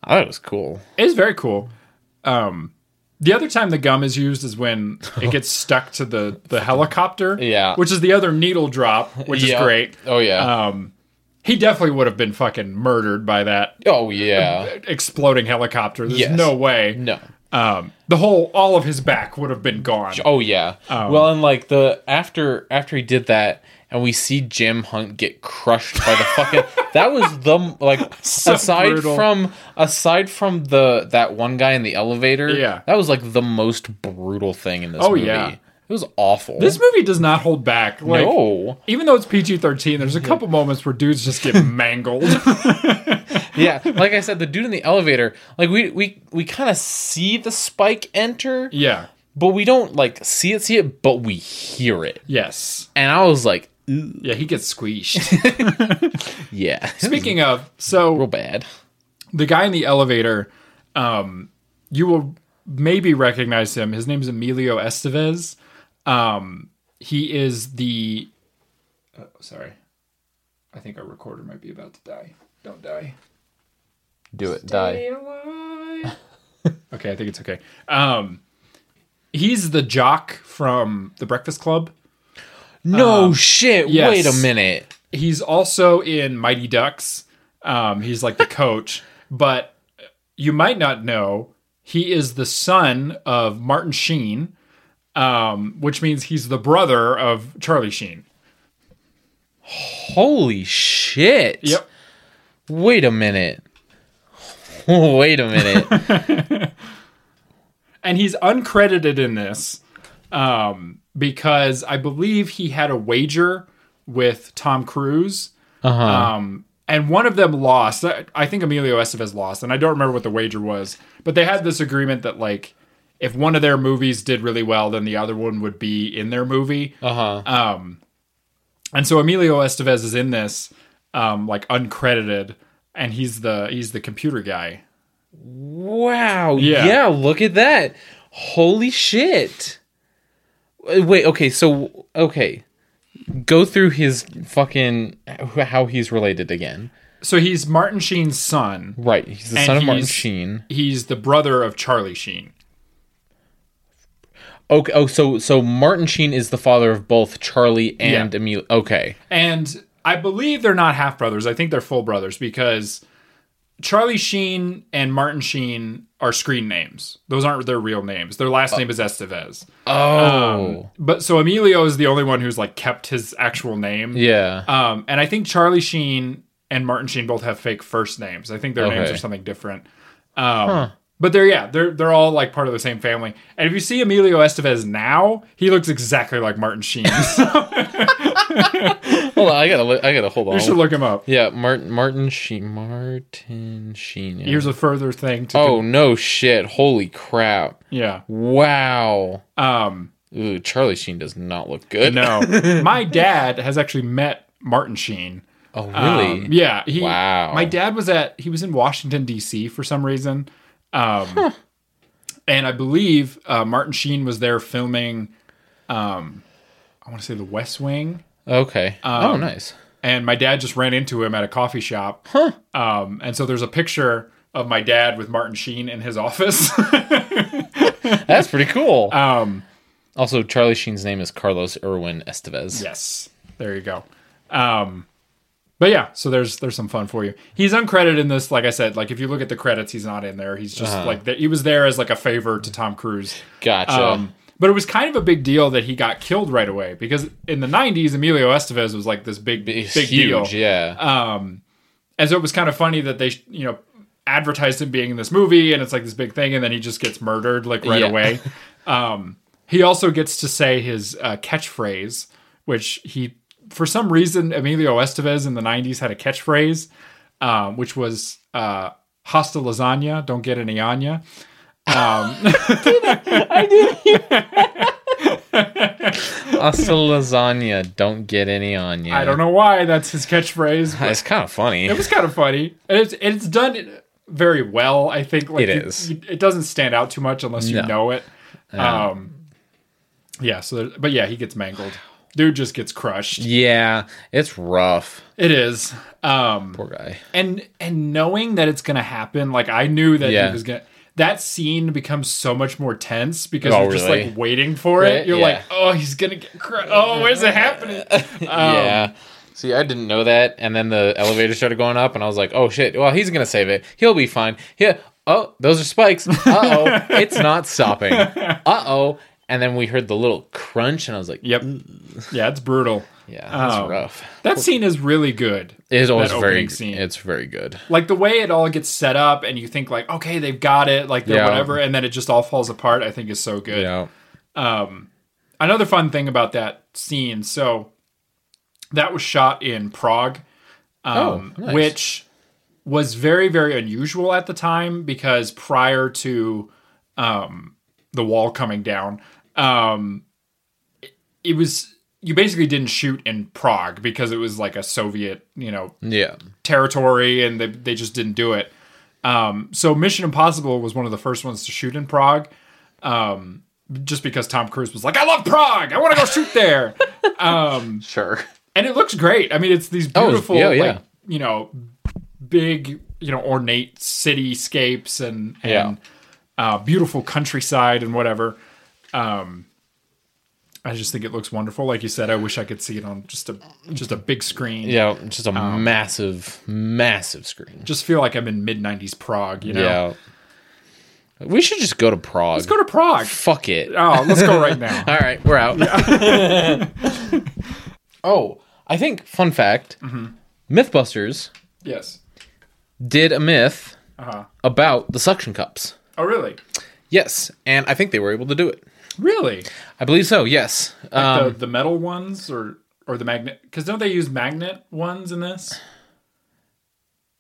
I thought it was cool.
it's very cool. Um, the other time the gum is used is when it gets stuck to the the helicopter.
Yeah.
which is the other needle drop, which
Yeah.
is great. Um,
Oh yeah.
He definitely would have been fucking murdered by that
oh yeah.
exploding helicopter. There's
Yes.
no way.
No.
Um, the whole, all of his back would have been gone.
Oh yeah.
Um,
well, and like the after after he did that, and we see Jim Hunt get crushed by the fucking. that was the like aside
brutal.
from aside from the that one guy in the elevator.
Yeah.
That was like the most brutal thing in this.
Oh,
movie.
yeah.
It was awful.
This movie does not hold back. Like,
no.
Even though it's PG 13, there's a couple moments where dudes just get mangled.
yeah, like I said, the dude in the elevator. Like we we we kind of see the spike enter,
yeah.
but we don't like see it see it, but we hear it.
Yes.
And I was like, "Ooh,
Yeah, he gets squeezed.
yeah,
Speaking of, so
real bad.
the guy in the elevator, um, you will maybe recognize him. His name is Emilio Estevez. Um, he is the. Oh, sorry, I think our recorder might be about to die. Don't die.
Do it, die.
Okay, I think it's okay. Um, he's the jock from The Breakfast Club.
No Oh, shit.
yes.
Wait a minute.
He's also in Mighty Ducks. Um, he's like the coach, but you might not know he is the son of Martin Sheen, um, which means he's the brother of Charlie Sheen.
Holy shit.
Yep.
Wait a minute. Wait a minute.
and he's uncredited in this um, because I believe he had a wager with Tom Cruise, um, and one of them lost. I I think Emilio Estevez lost, and I don't remember what the wager was, but they had this agreement that like if one of their movies did really well, then the other one would be in their movie. Um,
Uh huh.
And so Emilio Estevez is in this, um, like uncredited, and he's the he's the computer guy.
Wow.
Yeah.
Yeah. Look at that. Holy shit. Uh, Wait. Okay. So okay, go through his fucking how he's related again.
So he's Martin Sheen's son.
Right. He's the
and
son of Martin
he's-
Sheen.
He's the brother of Charlie Sheen.
Okay. Oh, so so Martin Sheen is the father of both Charlie and
Yeah.
Emil. Okay.
And I believe they're not half brothers. I think they're full brothers because Charlie Sheen and Martin Sheen are screen names. Those aren't their real names. Their last name is Estevez.
Uh,
Um,
Oh.
But so Emilio is the only one who's like kept his actual name.
yeah.
Um, and I think Charlie Sheen and Martin Sheen both have fake first names. I think their names
Okay.
are something different. Um, But they're yeah, they're they're all like part of the same family. And if you see Emilio Estevez now, he looks exactly like Martin Sheen. you
hold on. I gotta. li- I gotta hold on.
should look him up.
Yeah. Martin. Martin Sheen. Martin Sheen. yeah.
Here's a further thing to
oh no shit. Holy crap.
yeah.
Wow.
Um,
Ooh, Charlie Sheen does not look good.
no, my dad has actually met Martin Sheen.
Oh,
Um,
really?
yeah. He,
Wow.
My dad was at he was in Washington D.C. for some reason, um, and I believe uh, Martin Sheen was there filming. Um, I want to say The West Wing,
Okay.
Um,
oh, nice.
and my dad just ran into him at a coffee shop. Huh. Um, and so there's a picture of my dad with Martin Sheen in his office.
That's pretty cool.
um,
also, Charlie Sheen's name is Carlos Irwin Estevez.
Yes, there you go. Um, but yeah, so there's there's some fun for you. He's uncredited in this, like I said. Like if you look at the credits, he's not in there. He's just like th- he was there as like a favor to Tom Cruise.
Gotcha.
Um, but it was kind of a big deal that he got killed right away because in the '90s, Emilio Estevez was like this big, big,
He's
deal. Um,
huge, yeah.
And so it was kind of funny that they, you know, advertised him being in this movie and it's like this big thing and then he just gets murdered like right
Yeah.
away. Um, he also gets to say his uh, catchphrase, which he, for some reason, Emilio Estevez in the 90s had a catchphrase, um, which was uh, hasta lasagna, don't get any Anya.
Hasta lasagna. Don't get any on you.
I don't know why that's his catchphrase. but
It's kind of funny.
it was kind of funny. And it's, it's done very well, I think. Like,
It
you-
is.
you- it doesn't stand out too much unless you
No.
know it. Um, yeah. So, there- but yeah, he gets mangled. Dude just gets crushed.
yeah, it's rough.
It is. Um,
Poor guy.
and and knowing that it's gonna happen, like I knew that
Yeah.
he was gonna. That scene becomes so much more tense because
Oh,
you're just
really?
like waiting for it.
Right?
You're
Yeah.
like, oh, he's gonna get crushed. Oh, where's it happening? Um,
yeah. See, I didn't know that, and then the elevator started going up, and I was like, "Oh shit! Well, he's gonna save it. He'll be fine. Yeah. Oh, those are spikes. Uh oh, it's not stopping. Uh oh." And then we heard the little crunch, and I was like,
Yep. Yeah, it's brutal.
Yeah, that's
Um,
rough.
That scene is really good.
It is always
that
very.
opening scene.
It's very good.
like the way it all gets set up and you think like okay they've got it like they're
Yeah.
whatever and then it just all falls apart i think is so good another fun thing about that scene so that was shot in prague um,
Oh, nice.
which was very very unusual at the time because prior to um, the wall coming down um, it, it was you basically didn't shoot in prague because it was like a soviet you know
Yeah.
territory and they, they just didn't do it. Um, so Mission Impossible was one of the first ones to shoot in Prague. Um, just because Tom Cruise was like, I love Prague. I want to go shoot there.
Sure.
and it looks great. I mean, it's these
Oh,
beautiful,
yeah, yeah.
like, you know, big, you know, ornate cityscapes and, and, uh, beautiful countryside and whatever. Um, I just think it looks wonderful. Like you said, I wish I could see it on just a, just a big screen.
Yeah. Just a
Um,
massive, massive screen.
Just feel like I'm in mid nineties Prague, you know?
Yeah. We should just go to Prague.
Let's go to Prague.
Fuck it.
Oh, let's go right now.
All right, we're out. oh, I think fun fact: MythBusters
yes.
did a myth about the suction cups.
Oh, really?
Yes, and I think they were able to do it.
Really?
I believe so. Yes. Um,
the, the metal ones or or the magnet? Because don't they use magnet ones in this?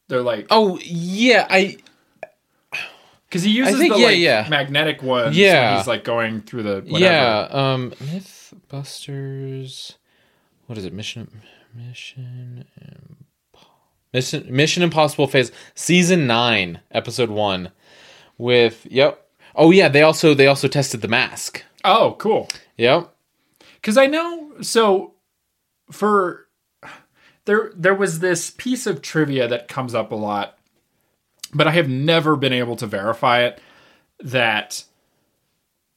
They're like
oh yeah, I
because he uses
think-
the
yeah,
like
yeah.
magnetic ones. when
Yeah.
he's like going through the whatever.
Yeah, um Mythbusters what is it? Mission Mission Im- Mission Mission Impossible Phase Season 9, Episode 1 with yep. Oh yeah, they also they also tested the mask.
Oh, cool.
Yep.
Because I know so for there there was this piece of trivia that comes up a lot, but I have never been able to verify it that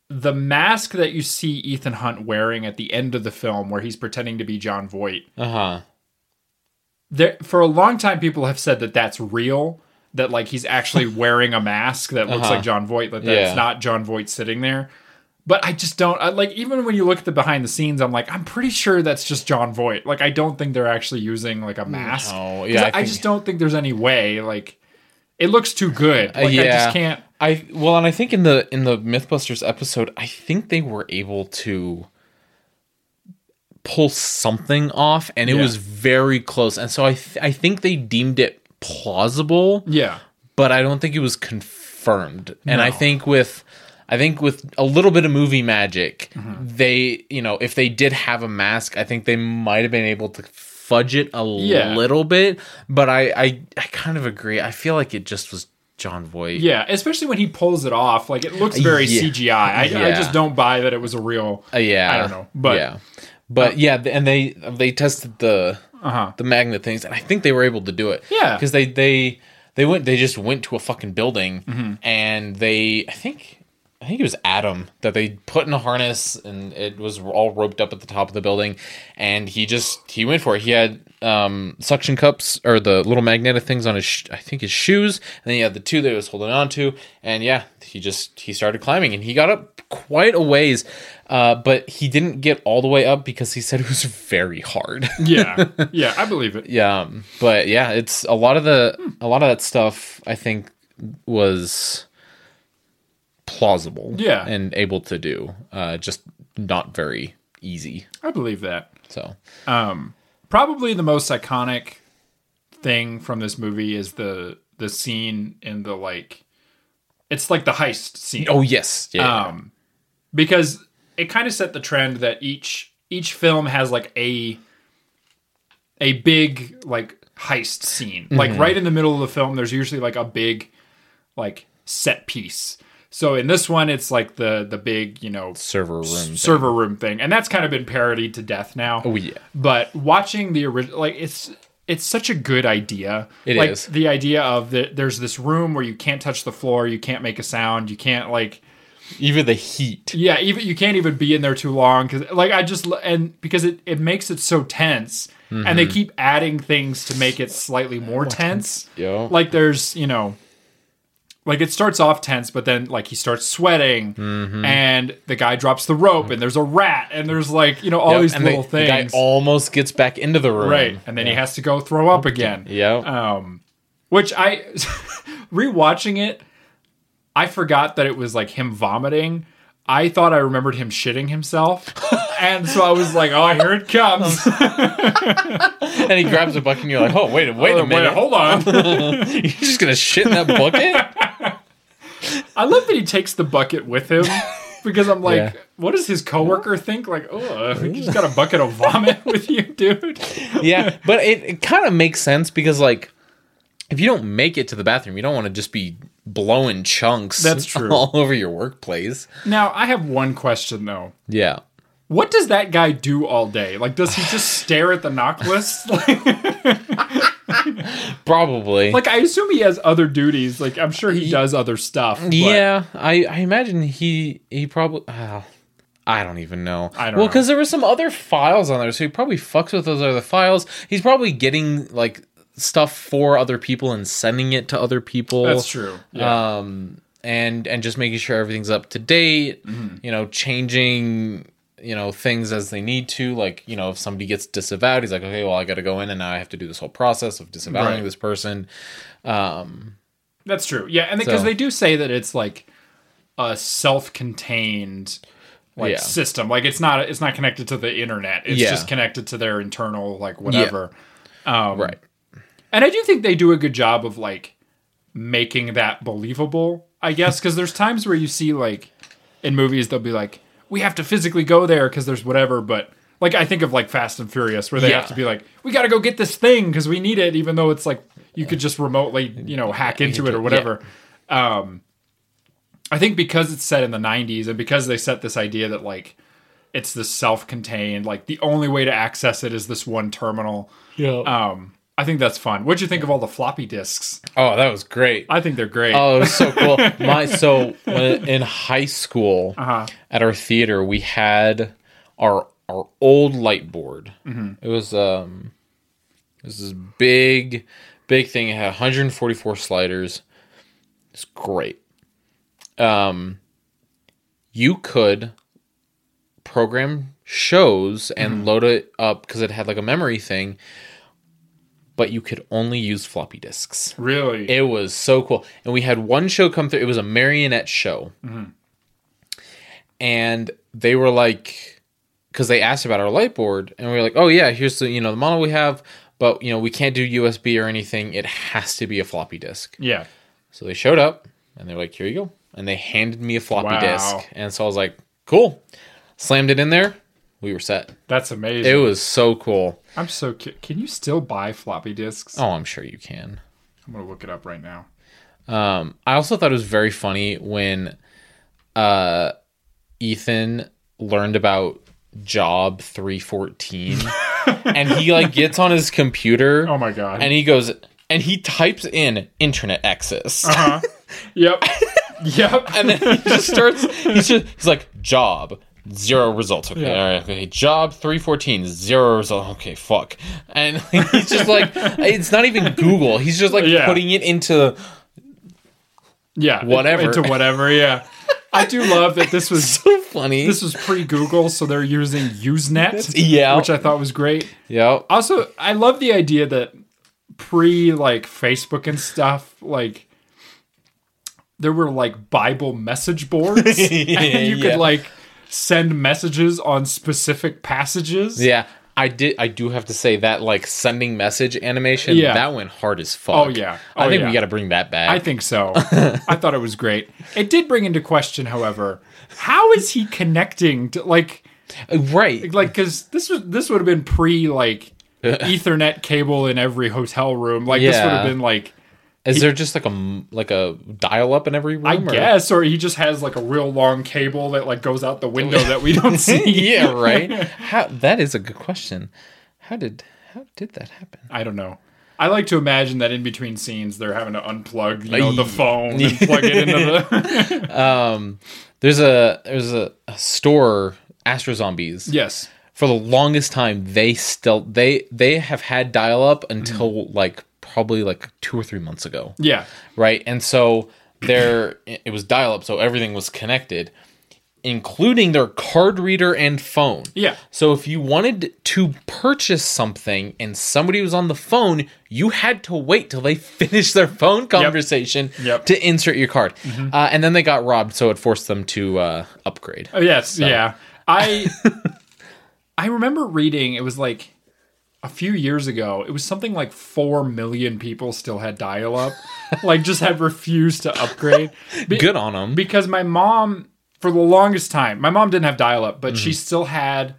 the mask that you see Ethan Hunt wearing at the end of the film where he's pretending to be John Voight
Uh-huh.
there for a long time people have said that that's real that like he's actually wearing a mask that looks like john voight but that's
Uh-huh. Yeah.
not john voight sitting there but i just don't I, like even when you look at the behind the scenes i'm like i'm pretty sure that's just john voight like i don't think they're actually using like a mask
Mm. No,
'Cause
yeah,
I,
I
I
think-
just don't think there's any way like it looks too good like i
Uh, yeah.
just can't
I well, and I think in the in the MythBusters episode, I think they were able to pull something off, and it
Yeah.
was very close. And so I th- I think they deemed it plausible,
yeah
but I don't think it was confirmed. And I think with I think with a little bit of movie magic,
Mm-hmm.
they you know if they did have a mask, I think they might have been able to fudge it a
Yeah.
little bit. But I, I I kind of agree. I feel like it just was John Voight.
yeah especially when he pulls it off like it looks very
Yeah.
cgi I, I
Yeah.
just don't buy that it was a real
Uh, yeah,
I don't know, but-
yeah, but yeah, th- and they they tested the
Uh-huh.
the magnet things, and I think they were able to do it.
Yeah.
because they they they went they just went to a fucking building,
Mm-hmm.
and they I think I think it was Adam that they put in a harness, and it was all roped up at the top of the building, and he just he went for it. He had um suction cups or the little magnetic things on his sh- I think his shoes, and then he had the two that he was holding on to, and yeah, he just he started climbing, and he got up quite a ways, uh, but he didn't get all the way up because he said it was very hard.
yeah yeah i believe it
Yeah, um, but yeah, it's a lot of the a lot of that stuff. I think was plausible.
Yeah.
and able to do. Uh, just not very easy.
i believe that
So
probably the most iconic thing from this movie is the the scene in the like it's like the heist scene
oh yes, yeah,
because it kind of set the trend that each each film has like a a big like heist scene like
Mm-hmm.
right in the middle of the film there's usually like a big like set piece so in this one it's like the the big you know
server room. thing.
server room thing and that's kind of been parodied to death now
Oh, yeah.
but watching the original like it's it's such a good idea
It
like
is.
the idea of that there's this room where you can't touch the floor you can't make a sound you can't like
Even the heat.
yeah even you can't even be in there too long because like i just l- and because it, it makes it so tense and they
Mm-hmm.
keep adding things to make it slightly more tense
Yeah.
like there's you know like it starts off tense but then like he starts sweating
Mm-hmm.
and the guy drops the rope and there's a rat and there's like you know all
Yep,
these
and
little
the,
things
The guy almost gets back into the room.
Right. And then he has to go throw up again.
Yeah.
Um, which I, rewatching it, I forgot that it was like him vomiting. I thought I remembered him shitting himself. and so I was like, oh, here it comes.
and he grabs a bucket, and you're like, "Oh, wait, wait a
Wait,
minute!
hold on.
You're just gonna shit in that bucket?"
I love that he takes the bucket with him because I'm like,
Yeah.
what does his coworker think? Like, oh, you just got a bucket of vomit with you, dude.
yeah, but it, it kind of makes sense because like if you don't make it to the bathroom, you don't want to just be blowing chunks.
That's true.
All over your workplace.
Now, I have one question though.
Yeah.
What does that guy do all day? Like, does he just stare at the knock list? Like,
Probably.
like I assume he has other duties. Like I'm sure he does other stuff. but-
yeah, I, I imagine he he probably uh, I don't even know.
I don't
well,
know.
because there were some other files on there, so he probably fucks with those other files. He's probably getting like stuff for other people and sending it to other people.
that's true. Yeah.
um, and and just making sure everything's up to date. You know, changing you know things as they need to. Like you know, if somebody gets disavowed, he's like, okay, well, I got to go in, and now I have to do this whole process of disavowing
Right.
this person.
that's true. Yeah, and because
so-
they do say that it's like a self-contained like
Yeah.
system. Like it's not it's not connected to the internet. It's
Yeah.
just connected to their internal like whatever.
Right.
And I do think they do a good job of like making that believable. I guess because there's times where you see like in movies they'll be like, we have to physically go there because there's whatever, but. Like I think of like Fast and Furious, where they
Yeah.
have to be like, "We got to go get this thing because we need it," even though it's like you could just remotely, you know, hack into it or
Yeah.
whatever. Um, I think because it's set in the '90s and because they set this idea that like it's this self-contained, like the only way to access it is this one terminal.
Yeah.
Um, I think that's fun. What'd you think of all the floppy disks?
oh, that was great.
I think they're great.
Oh, it was so cool. My so when, in high school at our theater, we had our our old light board. It was um, it was this big, big thing. It had 144 sliders. It's great. Um, you could program shows and load it up because it had like a memory thing, but you could only use floppy disks.
really?
It was so cool. And we had one show come through. It was a marionette show. And they were like, because they asked about our light board, and we were like, oh, yeah, here's the, you know, the model we have, but, you know, we can't do USB or anything. It has to be a floppy disk.
yeah.
So they showed up and they were like, here you go. And they handed me a floppy
Wow.
disk. And so I was like, cool. Slammed it in there. We were set.
That's amazing.
It was so cool.
I'm so cu- Can you still buy floppy disks?
Oh, I'm sure you can.
I'm going to look it up right now.
Um, I also thought it was very funny when uh, Ethan learned about Job 314 and he like gets on his computer
Oh my God.
and he goes and he types in internet access
Uh-huh. Yep. yep.
and then he just starts he's just he's like job zero results okay
Yeah.
all right okay job 314 zero results okay fuck and he's just like it's not even google he's just like
Yeah.
putting it into
Yeah.
Whatever.
Into whatever. Yeah. I do love that this was
so funny
this was pre Google, so they're using Usenet,
yeah.
which I thought was great.
yeah
Also, I love the idea that pre like Facebook and stuff, like there were like Bible message boards, and you
Yeah.
could like send messages on specific passages.
Yeah, I did. I do have to say that like sending message animation.
Yeah.
that went hard as fuck.
Oh, yeah.
I
Oh,
think
yeah.
we got to bring that back.
I think so. I thought it was great. It did bring into question, however, how is he connecting to like
think Uh, right.
like because this was this would have been pre like Ethernet cable in every hotel room. Like this would
Yeah.
have been like
Is there just like a m- like a dial up in every room?
I
or-
guess, or he just has like a real long cable that like goes out the window that we don't see.
yeah. Right. How that is a good question. How did how did that happen?
I don't know. I like to imagine that in between scenes they're having to unplug, you know, the
Yeah.
phone and plug it into the
There's a there's a, a store Astro Zombies.
yes.
For the longest time, they still they they have had dial up until like probably like two or three months ago.
Yeah.
right? And so there, it was dial up, so everything was connected, including their card reader and phone.
Yeah.
So if you wanted to purchase something and somebody was on the phone, you had to wait till they finished their phone conversation
Yep. Mm-hmm.
to insert your card. Uh, and then they got robbed, so it forced them to uh, upgrade.
Oh, Yes, yeah. I I remember reading it was like a few years ago. It was something like 4 million people still had dial up. like just had refused to upgrade. Be-
Good on them.
because my mom for the longest time my mom didn't have dial-up but she still had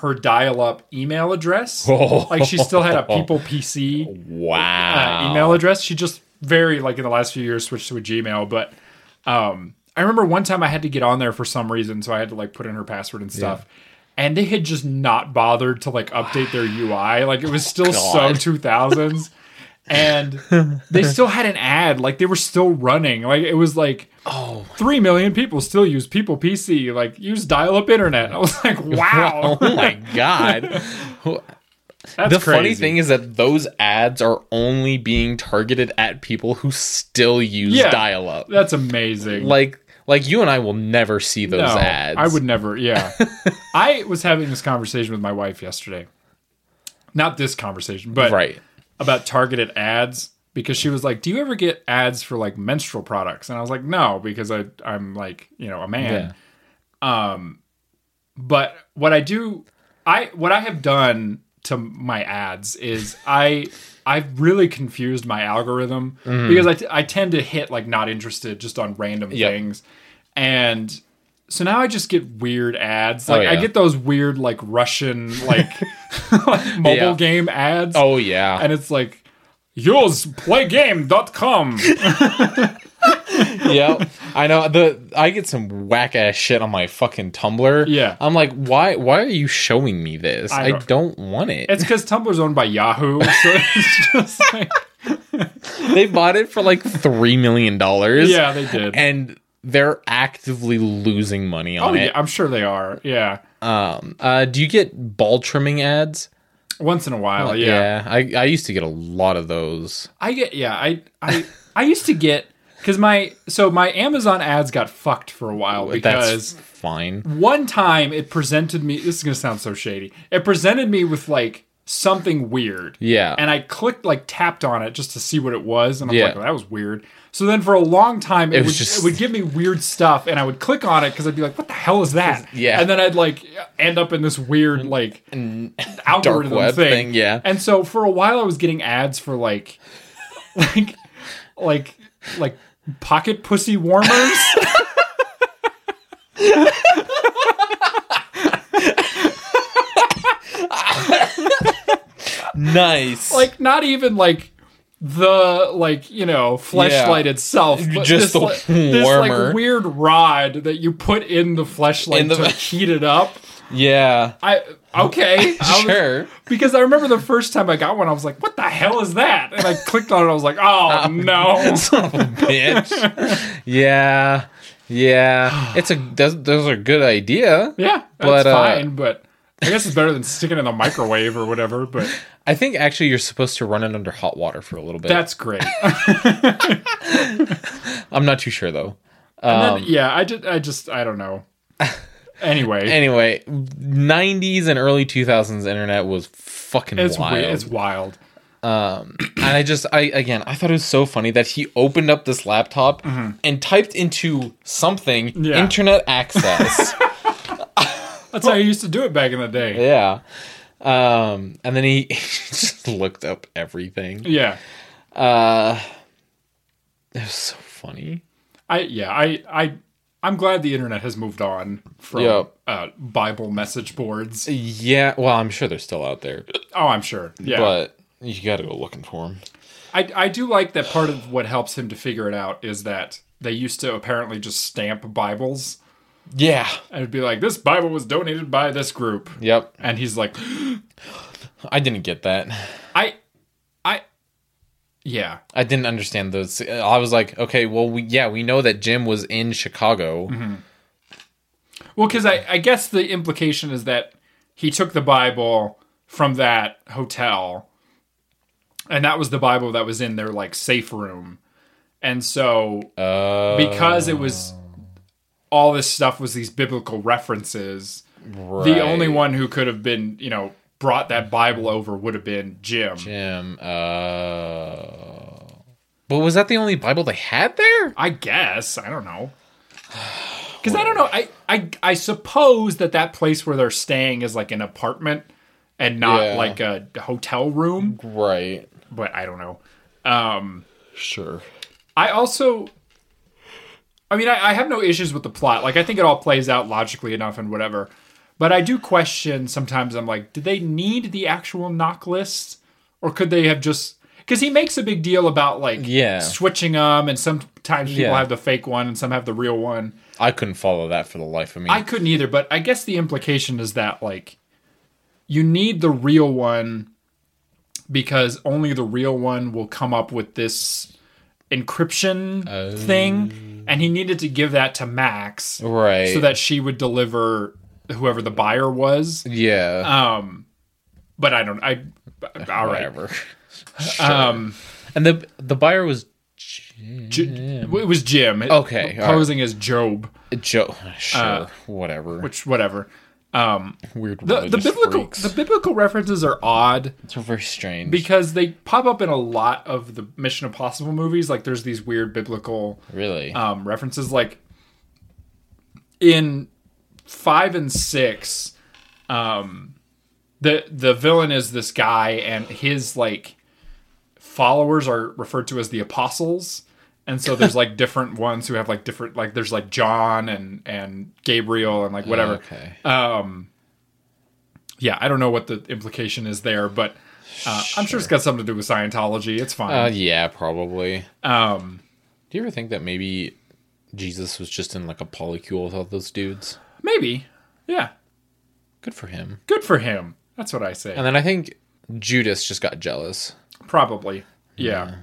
her dial-up email address like she still had a people pc uh,
wow.
email address she just very like in the last few years switched to a gmail but um i remember one time i had to get on there for some reason so i had to like put in her password and stuff and they had just not bothered to like update their ui like it was still
God.
so 2000s and they still had an ad like they were still running like it was like
Oh.
three million people still use people PC, like use dial up internet. I was like, wow,
oh my god.
that's crazy.
the funny thing is that those ads are only being targeted at people who still use
Yeah.
dial up.
that's amazing.
Like like you and I will never see those
No,
ads.
I would never. Yeah, I was having this conversation with my wife yesterday. Not this conversation, but
Right.
about targeted ads because she was like, "Do you ever get ads for like menstrual products?" And I was like, "No, because I I'm like you know a man."
Yeah.
Um, but what I do, I what I have done to my ads is I I've really confused my algorithm
Mm-hmm.
because I, t- I tend to hit like not interested just on random
Yep.
things, and so now I just get weird ads. Like I
Oh, yeah.
get those weird like Russian like mobile
Yeah.
game ads.
Oh yeah.
and it's like use playgame.com.
yeah, I know the I get some whack ass shit on my fucking Tumblr.
Yeah.
I'm like, why? Why are you showing me this?
I
I don't,
don't-
want it.
it's because Tumblr's owned by Yahoo, so it's just like
they bought it for like three million dollars.
yeah, they did.
and they're actively losing money on
oh
it.
yeah, I'm sure they are. Yeah,
Uh, do you get ball trimming ads?
once in a while. Oh, Yeah,
I, I used to get a lot of those.
I get. Yeah, I I I used to get because my so my Amazon ads got fucked for a while because
That's fine.
one time it presented me this is going to sound so shady it presented me with like something weird
Yeah.
and i clicked like tapped on it just to see what it was and i'm
Yeah.
like that was weird so then for a long time it,
It was
would,
just-
it would give me weird stuff and i would click on it because i'd be like what the hell is that
Yeah.
and then i'd like end up in this weird like algorithm
web
thing.
thing, yeah.
and so for a while i was getting ads for like like like like pocket pussy warmers
Nice.
like not even like the like you know fleshlight itself but
Just the
like, this
warmer.
like weird rod that you put in the fleshlight
In the-
to heat it up
yeah.
i okay I was-
Sure.
because i remember the first time i got one i was like what the hell is that and i clicked on it i was like oh no
Bitch. yeah. Yeah. It's a those, those are good idea.
yeah that's
But, uh,
fine but i guess it's better than sticking it in the microwave or whatever but
I think actually you're supposed to run it under hot water for a little bit.
that's great
I'm not too sure though. Um,
And then- yeah i just i just i don't know anyway
Anyway, 90s and early 2000s internet was fucking
it's
wild.
wild. it's wild
and I just I again I thought it was so funny that he opened up this laptop and typed into something
Mm-hmm. Yeah.
internet access.
that's how you used to do it back in the day
yeah. Um and then he just looked up everything.
Yeah.
It was so funny.
I yeah, I I I'm glad the internet has moved on from
Yep.
uh Bible message boards.
Yeah, well, I'm sure they're still out there,
Oh, I'm sure. Yeah.
but you got to go looking for them.
I I do like that part of what helps him to figure it out is that they used to apparently just stamp Bibles
Yeah.
and it'd be like this Bible was donated by this group.
Yep.
And he's like
I didn't get that.
I I yeah.
I didn't understand those. I was like, okay, well, we, yeah, we know that Jim was in Chicago.
Mm-hmm. Well, cuz I I guess the implication is that he took the Bible from that hotel and that was the Bible that was in their like safe room. And so
Uh,
because it was all this stuff was these biblical references. The only
right.
one who could have been, you know, brought that Bible over would have been Jim.
Jim. Uh, but was that the only Bible they had there?
I guess I don't know. Because I don't know. I, I I suppose that that place where they're staying is like an apartment and not
Yeah.
like a hotel room.
Right.
But I don't know. Um,
Sure.
I also, I mean, I, I have no issues with the plot. Like, I think it all plays out logically enough and whatever. But I do question sometimes. I'm like, did they need the actual knock list, or could they have just? Because he makes a big deal about like
Yeah.
switching them, and sometimes people
Yeah.
have the fake one and some have the real one.
I couldn't follow that for the life of me.
I couldn't either, but I guess the implication is that like you need the real one because only the real one will come up with this encryption thing and he needed to give that to Max
Oh. right.
so that she would deliver whoever the buyer was.
yeah.
But I don't I all right.
whatever. sure. Um, and the the buyer was
J- it was Jim.
Okay, all right.
Posing as Job,
Joe. Sure.
uh,
whatever.
which whatever. Um
Weird.
the, the biblical the biblical references are odd.
are very strange.
because they pop up in a lot of the Mission Impossible movies. Like there's these weird biblical
really.
um, references. Like in five and six, um, the the villain is this guy, and his like followers are referred to as the apostles. And so there's like different ones who have like different like there's like John and and Gabriel and like whatever.
Okay.
Yeah, I don't know what the implication is there, but uh, I'm sure it's got something to do with Scientology. It's fine.
Uh, yeah, probably. Um, do you ever think that maybe Jesus was just in like a polycule with all those dudes?
Maybe. Yeah.
Good for him.
Good for him. That's what I say.
And then I think Judas just got jealous.
Probably. Yeah.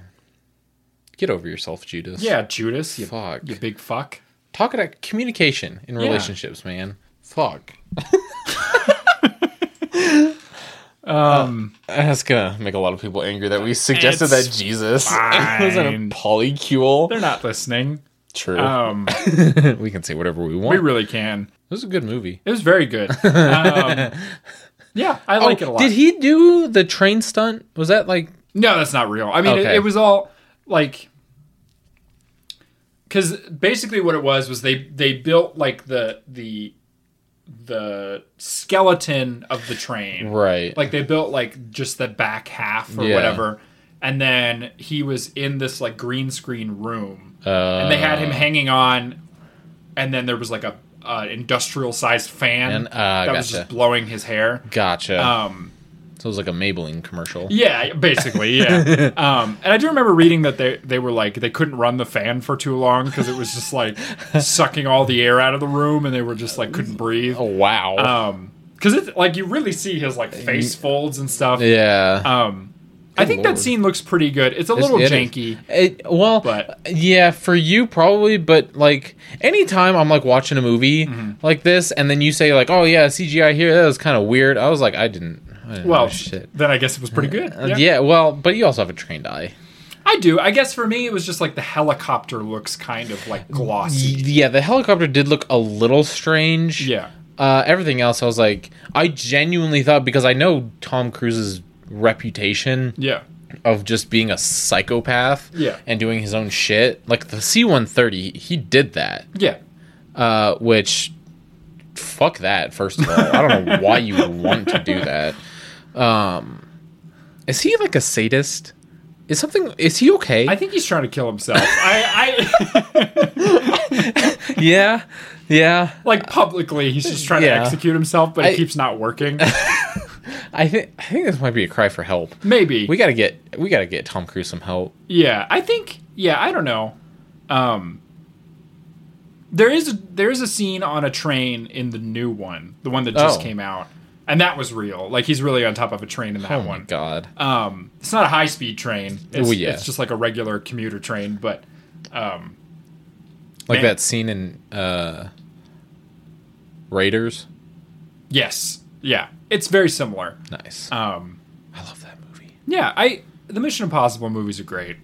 Get over yourself, Judas.
Yeah, Judas, you,
Fuck.
you big fuck.
Talk about communication in relationships, man. Fuck. um, Uh, that's gonna make a lot of people angry that we suggested that
Um, It's
Jesus was
fine.
in a polycule.
They're not listening.
True.
Um,
we can say whatever we want.
we really can.
this is a good movie.
It was very good. Um, yeah, I like it a lot.
Oh, Did he do the train stunt? Was that like
No, that's not real. I mean, it,
Okay.
it was all like because basically what it was was they they built like the the the skeleton of the train,
Right.
Like they built like just the back half or
Yeah.
whatever, and then he was in this like green screen room, and they had him
Uh.
hanging on, and then there was like a uh, industrial sized fan
And, uh,
that was
gotcha.
just blowing his hair.
gotcha?
Um,
so it was like a Maybelline commercial.
yeah, basically, yeah. um, and I do remember reading that they they were like they couldn't run the fan for too long because it was just like sucking all the air out of the room, and they were just like couldn't breathe.
Oh wow.
Um, because it's like you really see his like face folds and stuff.
yeah.
Um, I think
lord.
that scene looks pretty good. It's a
It's-
little
it is-
janky.
It, well,
But-
yeah, for you probably, but like anytime I'm like watching a movie
Mm-hmm.
like this, and then you say like, "Oh yeah, CGI here," that was kind of weird. I was like, I didn't. I didn't
Well,
know Oh, shit. Uh,
then I guess it was pretty good.
Yeah. well, but you also have a trained eye.
I do. I guess for me, it was just like the helicopter looks kind of like glossy.
Yeah, the helicopter did look a little strange.
Yeah,
uh, everything else, I was like, I genuinely thought because I know Tom Cruise's reputation
yeah,
of just being a psychopath
Yeah.
and doing his own shit. Like the C one thirty, he did that.
yeah.
Uh, which fuck that. First of all, I don't know why you would want to do that. Um, is he like a sadist? Is something? Is he okay?
I think he's trying to kill himself. I. I
yeah, yeah.
like publicly he's just trying
Yeah.
to execute himself but
I-
it keeps not working
I think I think this might be a cry for help.
maybe
We gotta get we gotta get Tom Cruise some help.
yeah i think yeah i don't know um there is there is a scene on a train in the new one the one that just
Oh.
came out and that was real like he's really on top of a train in that
Oh
one.
my god.
um it's not a high speed train it's,
Well, yeah.
it's just like a regular commuter train but
like
Man.
that scene in uh Raiders.
yes yeah it's very similar
Nice.
um
I love that movie.
Yeah, I the Mission Impossible movies are great.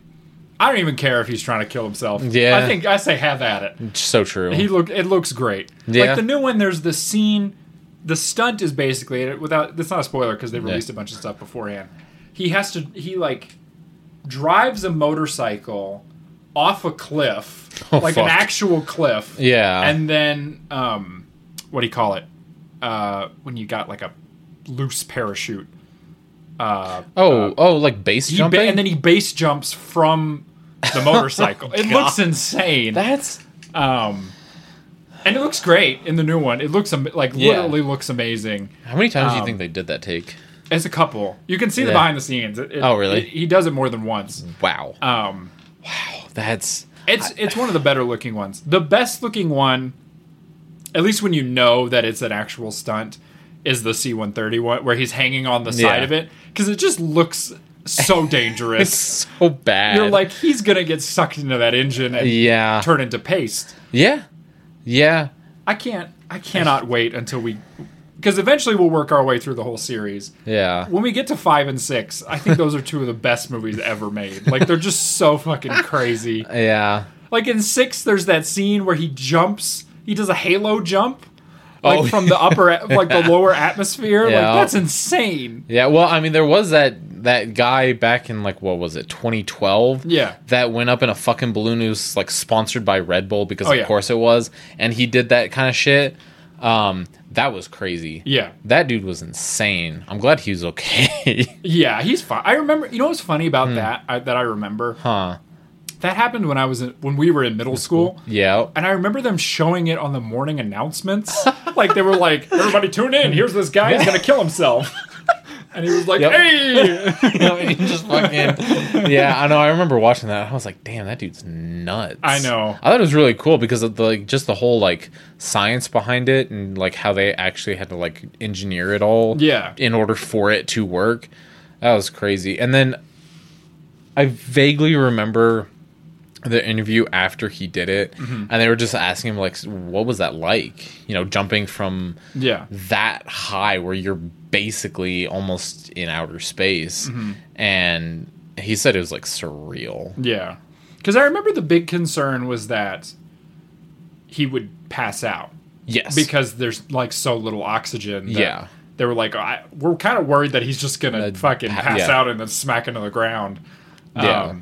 I don't even care if he's trying to kill himself.
Yeah.
I think I say have at it.
So true.
He look it looks great.
Oh. Yeah.
Like the new one, there's this scene. The stunt is basically and it- without. That's not a spoiler because they released a bunch of stuff beforehand. He has to. He like drives a motorcycle off a cliff,
Oh,
like an
fuck.
actual cliff.
Yeah.
And then um, what do you call it? Uh, when you got like a loose parachute.
oh, oh, like base
uh, he ba-
jumping.
and then he base jumps from the motorcycle.
Oh
it looks insane,
that's
and it looks great in the new one. It looks am- like
Yeah.
literally looks amazing.
how many times do you
Um,
think they did that take?
It's a couple. You can see the
Yeah.
behind the scenes. It- it-
Oh, really? Mm.
it- he does it more than once.
Wow.
Um,
wow. That's
it's it's one of the better looking ones. The best looking one, at least when you know that it's an actual stunt, is the C one thirty one where he's hanging on the side
Yeah.
of it because it just looks so
it's
dangerous.
so bad.
You're like he's gonna get sucked into that engine and
yeah,
turn into paste.
yeah, yeah.
I can't. I cannot wait until we, because eventually we'll work our way through the whole series.
Yeah.
When we get to five and six, I think those are two of the best movies ever made. Like they're just so fucking crazy.
Yeah.
Like in six, there's that scene where he jumps. He does a halo jump, like
Oh.
from the upper, a- like the lower atmosphere.
Yeah.
Like that's insane.
Yeah, well, I mean, there was that that guy back in like what was it, 2012?
Yeah.
that went up in a fucking balloon who's like sponsored by Red Bull because
Oh,
of
yeah.
course it was, and he did that kind of shit. Um, that was crazy.
Yeah.
That dude was insane. I'm glad he was okay.
Yeah, he's fine. I remember. You know what's funny about that? I, that I remember.
Hmm. huh.
That happened when I was in, when we were in middle school.
Yeah.
And I remember them showing it on the morning announcements. like they were like, "Everybody tune in! Here's this guy. He's gonna kill himself." And he was like,
Yep.
"Hey!"
He just fucking- yeah, I know. I remember watching that. I was like, damn, that dude's nuts.
I know.
I thought it was really cool because of the, like just the whole like science behind it and like how they actually had to like engineer it all.
Yeah.
In order for it to work, that was crazy. And then I vaguely remember the interview after he did it,
Mm-hmm.
and they were just asking him like, what was that like? You know, jumping from
Yeah.
that high where you're basically almost in outer space
Mm-hmm.
and he said it was like surreal
Yeah. Because I remember the big concern was that he would pass out
yes
because there's like so little oxygen. that
Yeah.
They were like, I, we're kind of worried that he's just going to
Uh,
fucking
pa-
pass
yeah.
out and then smack into the ground.
yeah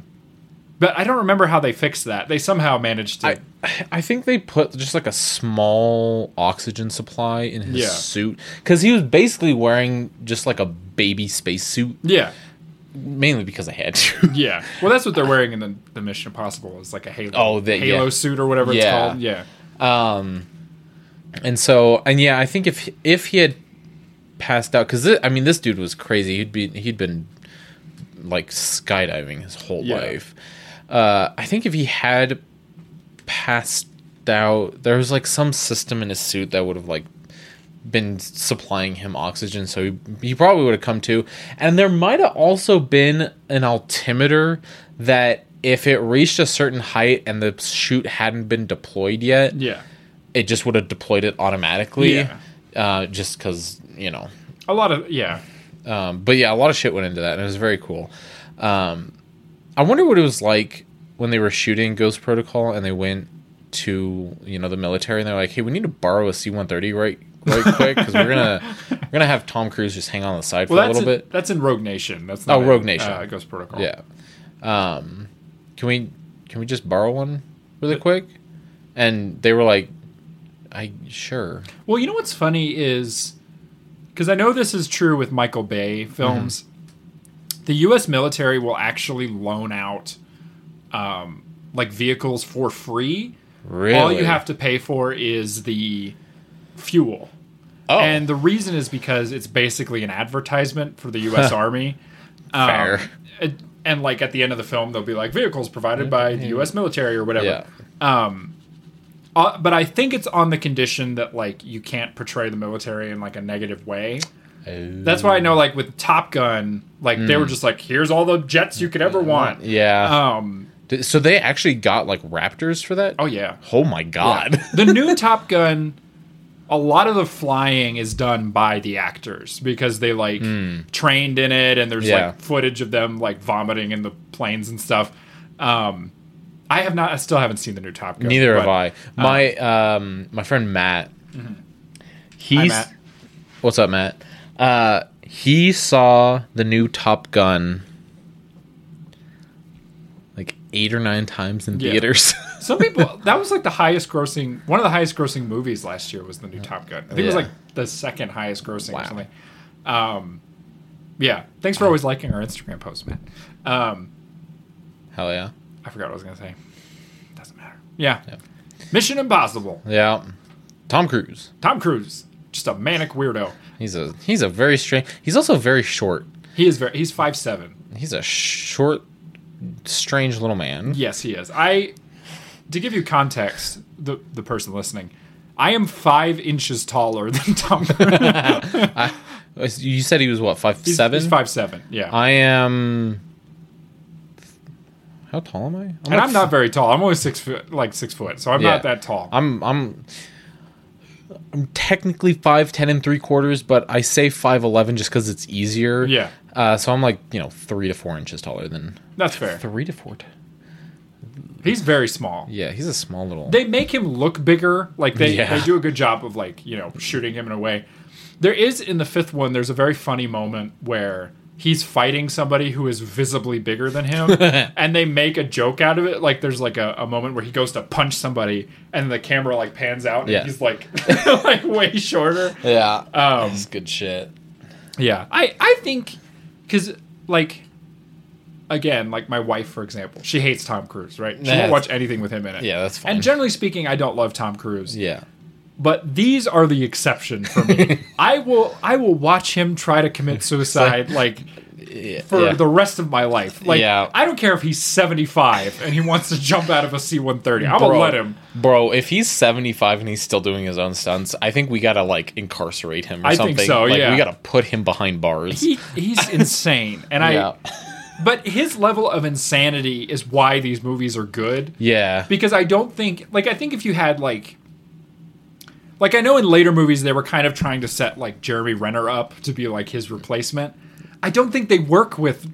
But I don't remember how they fixed that. They somehow managed to.
I, I think they put just like a small oxygen supply in his
Yeah.
suit because he was basically wearing just like a baby space suit
yeah.
mainly because i had to
Yeah. Well, that's what they're wearing in the, the Mission Impossible is like a Halo,
Oh, the-
Halo
yeah.
suit or whatever it's
Yeah.
called. Yeah.
and so and yeah i think if if he had passed out because i mean this dude was crazy he'd be he'd been like skydiving his whole
Yeah.
life uh i think if he had passed out there was like some system in his suit that would have like been supplying him oxygen so he, he probably would have come to and there might have also been an altimeter that if it reached a certain height and the chute hadn't been deployed yet
Yeah.
it just would have deployed it automatically
Yeah.
uh, just because you know
A lot of. Yeah.
um, but yeah a lot of shit went into that and it was very cool um, i wonder what it was like when they were shooting ghost protocol and they went to you know the military and they're like hey we need to borrow a c-130 right right quick because we're gonna we're gonna have tom cruise just hang on the side
Well,
for a
that's
little
in,
bit
that's in Rogue Nation. That's
Oh,
not in,
Rogue Nation.
Uh, Ghost Protocol.
yeah um, can we can we just borrow one really quick and they were like i sure
Well, you know what's funny is because I know this is true with Michael Bay films, the U.S. military will actually loan out um, like vehicles for free.
really
All you have to pay for is the fuel.
oh
And the reason is because it's basically an advertisement for the U.S. Army. Um,
fair
and- and like at the end of the film, they'll be like vehicles provided by the U.S. military or whatever.
yeah
Uh, but I think it's on the condition that like you can't portray the military in like a negative way. That's why I know like with Top Gun, like they were just like, here's all the jets you could ever want.
Mm. Yeah.
Um.
D- so they actually got like Raptors for that?
Oh yeah.
Oh my god.
the new Top Gun, a lot of the flying is done by the actors because they like trained in it, and there's
Hmm. Yeah.
like footage of them like vomiting in the planes and stuff. Um, I have not. I still haven't seen the new Top Gun.
Neither have
but- uh, Mm-hmm.
I. My um my friend Matt. He's
Matt.
What's up, Matt? Uh he saw the new Top Gun like 8 or 9 times in
Yeah.
theaters.
Some people that was like the highest grossing one of the highest grossing movies last year was the new Top Gun. I think it was
Yeah.
like the second highest grossing
Wow.
or something. Um, yeah. Thanks for always liking our Instagram posts, Matt. Um,
Hell yeah.
I forgot what I was gonna say. Doesn't matter. Yeah. Mission Impossible.
Yeah. Tom Cruise.
Tom Cruise, just a manic weirdo.
He's a he's a very strange. He's also very short.
He is very. He's five seven.
He's a short strange little man.
Yes, he is. I to give you context, the the person listening, I am five inches taller than Tom Cruise.
Uh, You said he was what five
He's-
seven?
He's five seven. Yeah.
I am. How tall am I? I'm
and I'm
like
not very tall. I'm only six foot, like six foot, so I'm
Yeah.
not that tall.
I'm I'm I'm technically five ten and three quarters, but I say five eleven just because it's easier.
Yeah.
Uh, so I'm like you know three to four inches taller than
That's fair.
three to four. T-
He's very small.
yeah, he's a small little.
They make him look bigger. Like they,
Yeah.
they do a good job of like you know shooting him in a way. There is in the fifth one. There's a very funny moment where he's fighting somebody who is visibly bigger than him and they make a joke out of it like there's like a, a moment where he goes to punch somebody and the camera like pans out and
Yeah.
he's like like way shorter
Yeah. Um, that's good shit.
yeah i i think because like again like my wife for example she hates tom cruise right she
Nah.
won't watch anything with him in it
Yeah, that's fine.
and generally speaking i don't love tom cruise
Yeah.
but these are the exception for me. I will I will watch him try to commit suicide like for
yeah.
the rest of my life. Like
Yeah.
I don't care if he's 75 and he wants to jump out of a C-130. I'm going to
Bro.
let him.
Bro, if he's 75 and he's still doing his own stunts, I think we gotta like incarcerate him or
I think
something.
so,
like,
yeah.
We gotta put him behind bars.
He he's insane. And
yeah.
I but his level of insanity is why these movies are good.
yeah.
because I don't think like I think if you had like like I know in later movies they were kind of trying to set like Jeremy Renner up to be like his replacement. I don't think they work with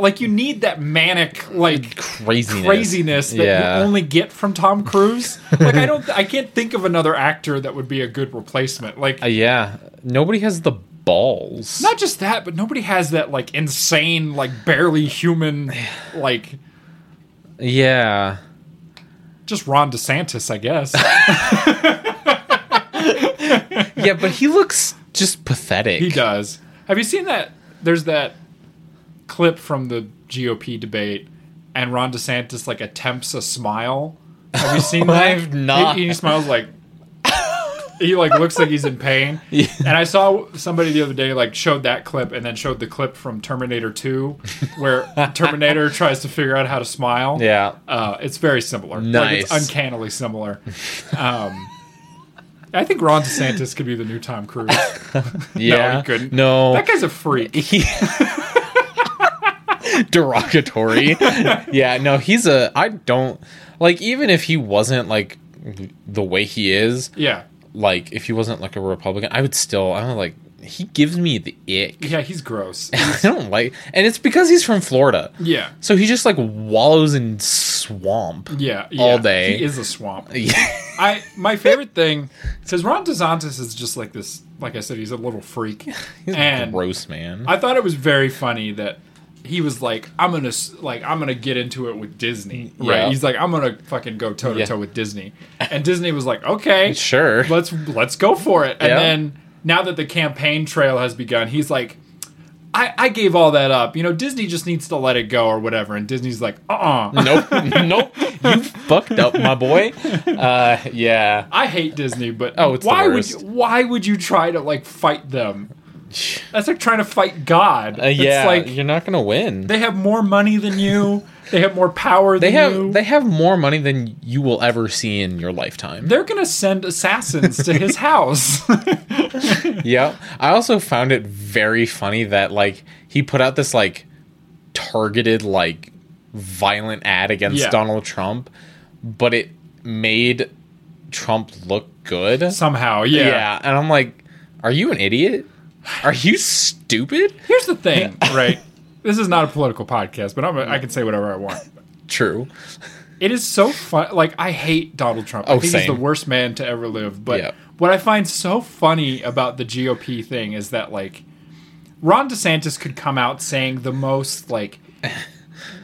like you need that manic like
Craziness.
craziness that
Yeah.
you only get from Tom Cruise. like I don't I can't think of another actor that would be a good replacement. Like
Uh, yeah. Nobody has the balls.
not just that, but nobody has that like insane like barely human like
yeah.
just Ron DeSantis, I guess.
Yeah, but he looks just pathetic.
He does. Have you seen that? There's that clip from the GOP debate, and Ron DeSantis like attempts a smile. Have you seen that?
I've not.
He, he smiles like he like looks like he's in pain. And I saw somebody the other day like showed that clip and then showed the clip from Terminator 2 where Terminator tries to figure out how to smile.
Yeah.
Uh, it's very similar. Like,
Nice.
it's uncannily similar. Um, I think Ron DeSantis could be the new Tom Cruise.
Yeah.
No, he couldn't.
No.
That guy's a freak.
he derogatory. yeah, no, he's a I don't like even if he wasn't like the way he is,
Yeah.
like if he wasn't like a Republican, I would still I don't like he gives me the ick.
Yeah, he's gross.
I don't like and it's because he's from Florida.
Yeah.
So he just like wallows in swamp.
Yeah, yeah.
All day.
He is a swamp.
Yeah.
I my favorite thing says Ron DeSantis is just like this like I said, he's a little freak. and
Gross man.
I thought it was very funny that he was like, I'm gonna s- like I'm gonna get into it with Disney. Right.
Yeah.
He's like, I'm gonna fucking go toe to
Yeah.
toe with Disney. And Disney was like, Okay,
Sure.
let's let's go for it. And
Yeah.
then now that the campaign trail has begun, he's like. I, I gave all that up. You know, Disney just needs to let it go or whatever. And Disney's like, uh uh
nope. nope. You fucked up, my boy. Uh yeah.
I hate Disney, but
Oh, it's the
why would
worst.
you, why would you try to like fight them? That's like trying to fight God.
Uh, yeah,
It's like
you're not gonna win.
they have more money than you. They have more power
They
than
have
you.
they have more money than you will ever see in your lifetime.
They're gonna send assassins to his house.
yeah. I also found it very funny that like he put out this like targeted like violent ad against
Yeah.
Donald Trump, but it made Trump look good.
Somehow, yeah.
and I'm like, are you an idiot? Are you stupid?
Here's the thing, right? This is not a political podcast, but I'm a, I can say whatever I want.
True.
It is so fun. Like I hate Donald Trump. I
Oh,
think he's
same.
the worst man to ever live. But
Yeah.
what I find so funny about the GOP thing is that like Ron DeSantis could come out saying the most like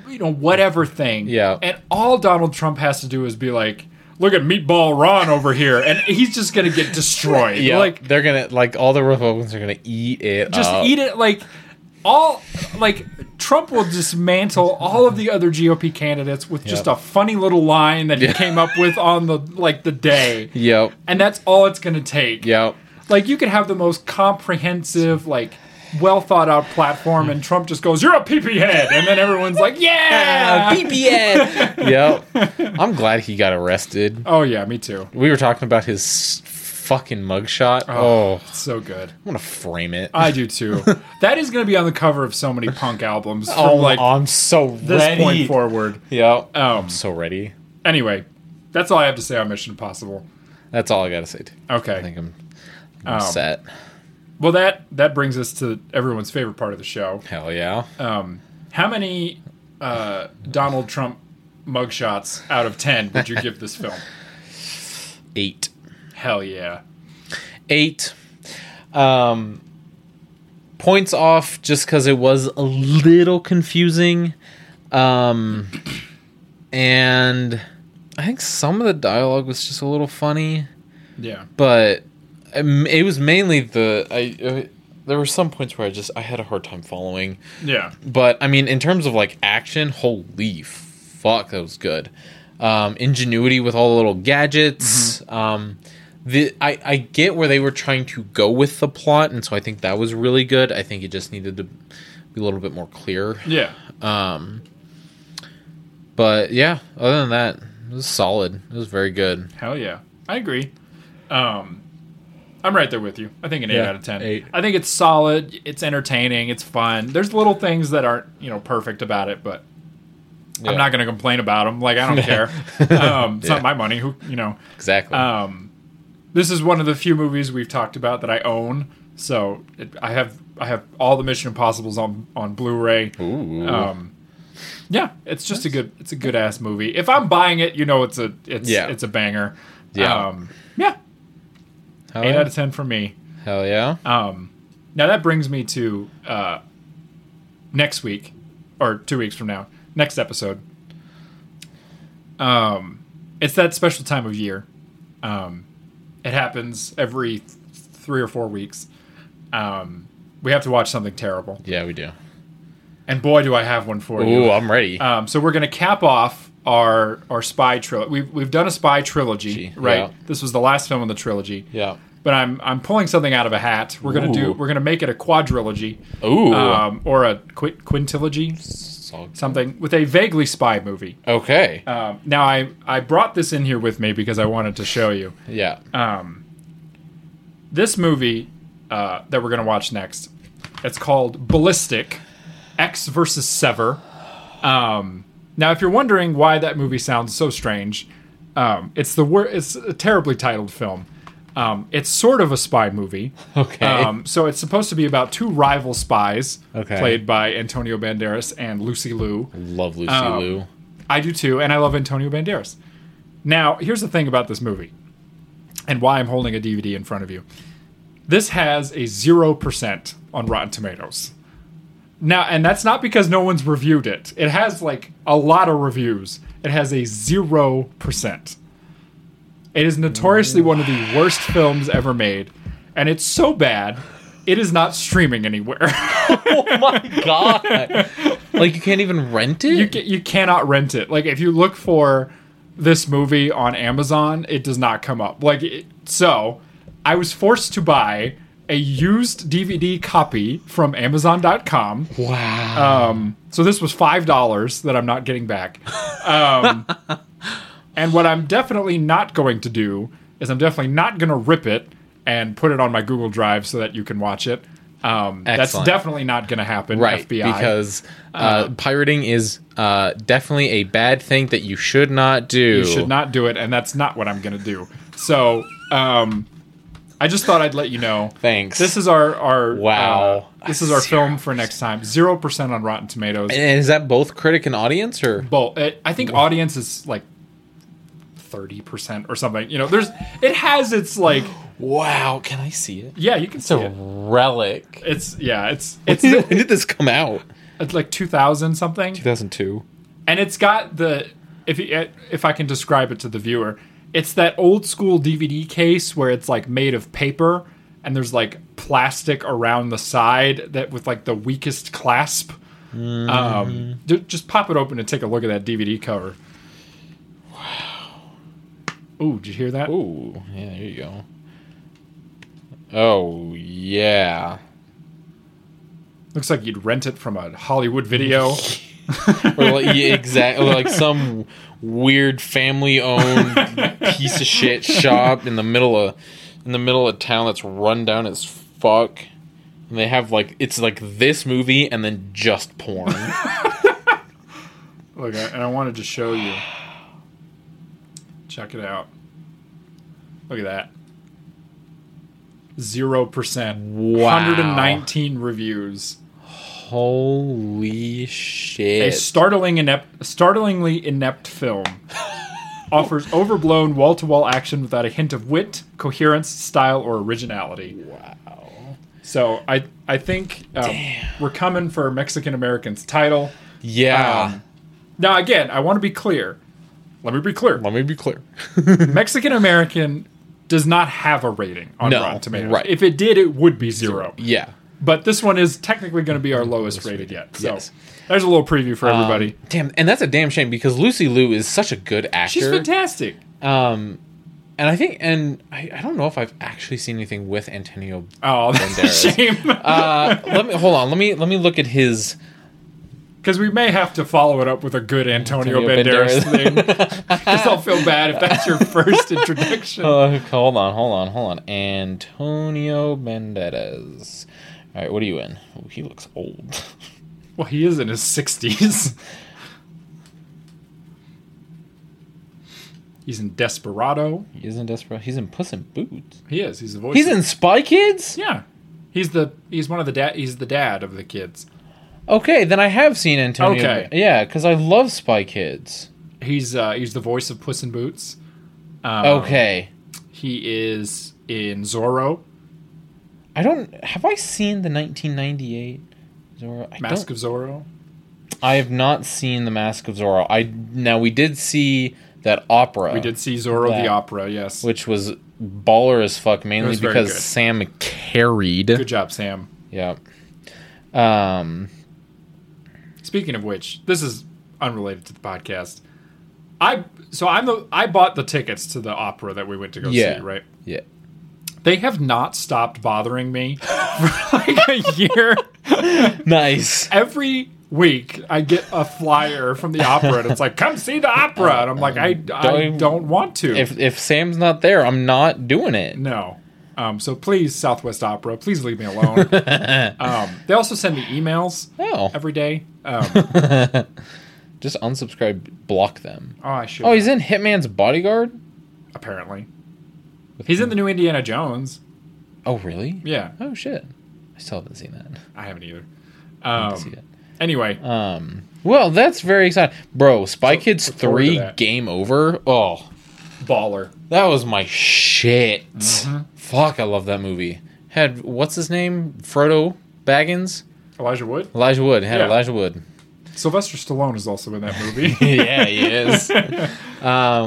you know whatever thing.
Yeah.
And all Donald Trump has to do is be like, "Look at meatball Ron over here," and he's just gonna get destroyed.
Yeah,
Like
like they're gonna like all the Republicans are gonna eat it.
just
up.
eat it like all like Trump will dismantle all of the other GOP candidates with just
Yep.
a funny little line that he came up with on the like the day.
Yep.
And that's all it's going to take.
Yep.
Like you could have the most comprehensive like well thought out platform and Trump just goes, "You're a PP head." And then everyone's like, "Yeah."
BBN. yep. I'm glad he got arrested.
oh yeah, me too.
We were talking about his fucking mugshot. Oh,
It's so good.
I'm gonna frame it.
I do too. that is going to be on the cover of so many punk albums from
oh,
like
I'm so ready.
this point forward.
Yep.
Um,
I'm so ready.
anyway, that's all I have to say on Mission Impossible.
That's all I gotta say. Too.
Okay.
I think I'm, I'm
um,
set.
Well, that that brings us to everyone's favorite part of the show.
Hell yeah.
uh, How many uh, Donald Trump mugshots out of ten would you give this film?
Eight.
Hell yeah.
Eight. Um. points off just because it was a little confusing. Um, and I think some of the dialogue was just a little funny,
Yeah.
but um, it was mainly the I. Uh, there were some points where I just I had a hard time following.
Yeah.
But I mean, in terms of like action, holy fuck, that was good. Um, ingenuity with all the little gadgets.
Mm-hmm.
Um, the I, I get where they were trying to go with the plot, and so I think that was really good. I think it just needed to be a little bit more clear.
Yeah.
But yeah, other than that, it was solid. It was very good.
Hell yeah. I agree. Um, I'm right there with you. I think an 8
Yeah,
out of 10.
eight.
I think it's solid. It's entertaining. It's fun. There's little things that aren't, you know, perfect about it, but
Yeah.
I'm not going to complain about them. Like, I don't care. Um, it's not my money. Who, you know,
Exactly.
Oh. this is one of the few movies we've talked about that I own. So it, I have I have all the Mission Impossible's on on Blu-ray.
Ooh.
Um, yeah, it's just a good it's a good ass movie. If I'm buying it, you know it's a it's
Yeah.
it's a banger.
Yeah.
um, yeah.
hell,
Eight
yeah.
out of ten for me.
hell yeah.
Oh. Now that brings me to uh, next week, or two weeks from now, next episode. Um, it's that special time of year. Um, it happens every th- three or four weeks. Um, we have to watch something terrible,
yeah, we do.
and boy, do I have one for you.
Ooh, I'm ready.
Um, so we're going to cap off our our spy trilogy. We've we've done a spy trilogy,
Gee,
right?
yeah.
This was the last film in the trilogy.
yeah.
But I'm I'm pulling something out of a hat. We're gonna do.
Ooh.
We're gonna make it a quadrilogy,
Ooh.
um, or a qui- quintilogy,
Solid.
something with a vaguely spy movie.
okay.
Um, now I I brought this in here with me because I wanted to show you
yeah.
uh, this movie uh, that we're gonna watch next. It's called Ballistic, X versus Sever. Um, now, if you're wondering why that movie sounds so strange, um, it's the wor- It's a terribly titled film. Um, it's sort of a spy movie.
okay.
Um, so it's supposed to be about two rival spies,
Okay.
played by Antonio Banderas and Lucy Liu.
Love Lucy
um,
Liu.
I do too, and I love Antonio Banderas. Now, here's the thing about this movie, and why I'm holding a DVD in front of you. This has a zero percent on Rotten Tomatoes. Now, and that's not because no one's reviewed it. It has like a lot of reviews. It has a zero percent. It is notoriously one of the worst films ever made, and it's so bad, it is not streaming anywhere.
God. like you can't even rent it?
you ca- you cannot rent it. Like if you look for this movie on Amazon, it does not come up. Like it, so, I was forced to buy a used DVD copy from Amazon.com.
wow.
Um, So this was five dollars that I'm not getting back. Um, and what I'm definitely not going to do is I'm definitely not going to rip it and put it on my Google Drive so that you can watch it. Um, that's
Excellent.
definitely not going to happen.
right.
FBI.
Because uh, pirating is uh, definitely a bad thing that you should not do.
You should not do it, and that's not what I'm going to do. So, um, I just thought I'd let you know.
Thanks.
This is our our
Wow.
uh, this is our film for next time. Zero percent on Rotten Tomatoes.
And is that both critic and audience or?
Both. I I think audience is like thirty percent or something. You know, there's it has its like
Wow. Can I see it?
yeah you can
It's
see
a
it.
relic.
It's yeah it's
It's
it's
when did this come out?
it's like two thousand something.
2002.
and it's got the if you, if I can describe it to the viewer, it's that old school DVD case where it's like made of paper and there's like plastic around the side that with like the weakest clasp. Um, ju- just pop it open and take a look at that DVD cover. Wow. Ooh, did you hear that?
Ooh. Yeah. There you go. Oh yeah.
Looks like you'd rent it from a Hollywood video.
or like, yeah, exactly like some weird family-owned piece of shit shop in the middle of in the middle of town that's run down as fuck. And they have like it's like this movie and then just porn.
Look, I, and I wanted to show you. Check it out. Look at that. Zero percent.
Wow.
119 reviews.
Holy
A
shit!
startling inept, startlingly inept film. Offers overblown wall to wall action without a hint of wit, coherence, style, or originality. Wow. So I I think um, we're coming for Mexican Americans title.
Yeah.
Now again, I want to be clear. Let me be clear.
Let me be clear.
Mexican American does not have a rating on
No,
Rotten Tomatoes.
right.
If it did, it would be zero.
Yeah.
But this one is technically going to be our lowest rated yet. So
Mm, Yes. Um,
there's a little preview for everybody.
Damn, and that's a damn shame because Lucy Liu is such a good actor.
She's fantastic.
And I think, and I, I don't know if I've actually seen anything with Antonio.
Oh, that's a shame.
Let me hold on. Let me let me look at his.
Because we may have to follow it up with a good Antonio,
Antonio
Banderas, thing. Because I'll feel bad if that's your first introduction.
Uh, hold on, hold on, hold on. Antonio Banderas. All right, what are you in? Oh, he looks old.
Well, he is in his 60s. He's in Desperado.
He isn't desperate. He's in Puss in Boots.
He is. He's the voice.
He's
of-
in Spy Kids.
Yeah. He's the he's one of the dad he's the dad of the kids.
Okay, then I have seen Antonio.
Okay.
Yeah, because I love Spy Kids.
He's uh he's the voice of Puss in Boots. Um,
okay.
He is in Zorro,
I don't. Have I seen the 1998 Zorro? I
Mask of
don't-
Zorro.
I have not seen the Mask of Zorro. I now we did see that opera.
We did see Zorro
that-
the opera, yes.
which was baller as fuck, mainly
was very
because
good.
Sam carried.
Good job, Sam.
Yeah. Um.
Speaking of which, this is unrelated to the podcast. I so I'm the I bought the tickets to the opera that we went to go
Yeah.
see, right?
Yeah.
They have not stopped bothering me for like a year.
Nice.
Every week I get a flyer from the opera and it's like, come see the opera. And I'm like, I, I
Don't-
don't want to.
If if Sam's not there, I'm not doing it.
No. Um, so please, Southwest Opera, please leave me alone. um, they also send me emails
Oh.
every day. Um,
Just unsubscribe, block them.
oh, I should.
Oh, he's in Hitman's Bodyguard.
apparently. He's in the new Indiana Jones.
Oh, really?
Yeah,
Oh shit. I still haven't seen that.
I haven't either.
I see Uh,
Um,
it.
anyway,
Well, that's very exciting, bro. Spy Kids
look forward to
three
that.
game over. Oh,
baller.
that was my shit.
Mm-hmm.
Fuck, I love that movie. Had what's his name? Frodo Baggins,
Elijah Wood.
Elijah Wood. Had
Yeah.
Elijah Wood.
Sylvester Stallone is also in that movie.
yeah, he is. um,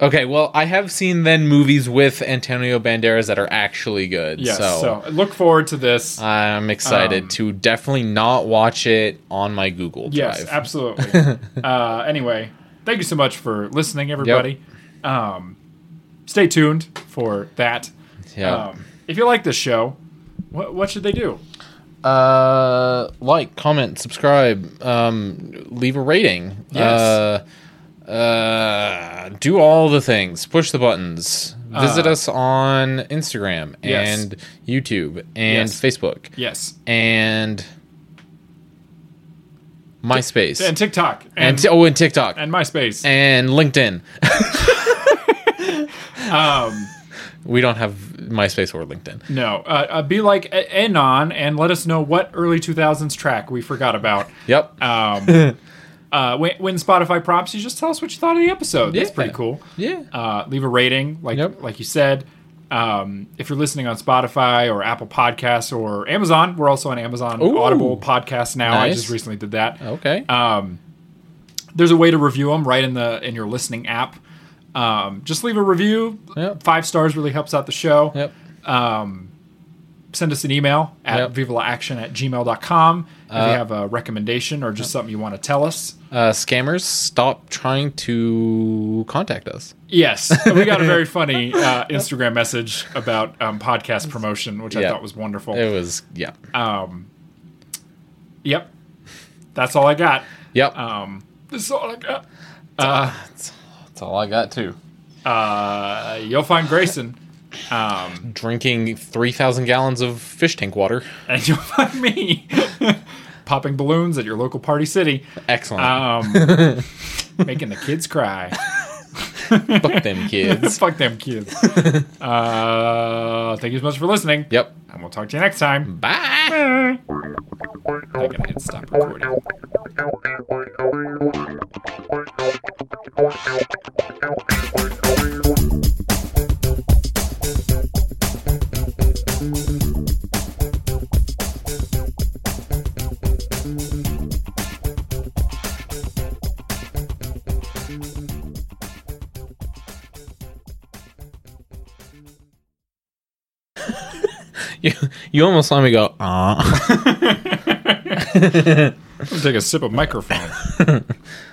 okay, well, I have seen then movies with Antonio Banderas that are actually good.
yes.
so.
So. look forward to this.
I'm excited
Um,
to definitely not watch it on my Google Drive.
yes, absolutely. uh, anyway, thank you so much for listening, everybody. Um, stay tuned for that.
Yeah.
Um, if you like this show, what, what should they do?
uh, like, comment, subscribe, um, leave a rating.
Yes.
Uh, uh, do all the things. Push the buttons. Visit us on Instagram
Uh, Yes.
and YouTube and
Yes.
Facebook
Yes.
and MySpace
And
and,
TikTok. And,
t- oh, and TikTok and,
and MySpace.
LinkedIn. um,
Um,
we don't have MySpace or LinkedIn.
no. Uh, uh, be like A- Anon and let us know what early 2000s track we forgot about.
Yep.
Um, uh, when, when Spotify prompts you, just tell us what you thought of the episode. That's
Yeah.
pretty cool.
yeah.
Uh, leave a rating, like
Yep.
like you said. Um, if you're listening on Spotify or Apple Podcasts or Amazon, we're also on Amazon
Ooh.
Audible Podcasts now. I
Nice.
just recently did that.
okay.
uh, there's a way to review them right in the in your listening app. Um, just leave a review.
Yep.
Five stars really helps out the show.
yep.
Send us an email at
Yep.
vivlaaction at gmail.com if you have a recommendation or just something you want to tell us.
Uh, scammers, stop trying to contact us.
Yes, we got a very funny uh, Instagram message about um, podcast promotion, which I
Yeah.
thought was wonderful.
It was yeah.
Uh, Yep, that's all I got.
yep.
uh, This is all I got.
That's all I got too.
Uh, you'll find Grayson,
Drinking three thousand gallons of fish tank water.
and you'll find me popping balloons at your local party city,
Excellent.
um, making the kids cry.
Fuck them kids.
Fuck them kids. Uh, thank you so much for listening.
yep.
And we'll talk to you next time.
Bye.
I'm gonna hit stop recording.
You, you almost saw me go, ah.
I'm gonna take a sip of microphone.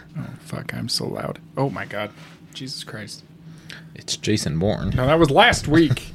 oh fuck! I'm so loud. Oh my god, Jesus Christ!
It's Jason Bourne.
Now that was last week.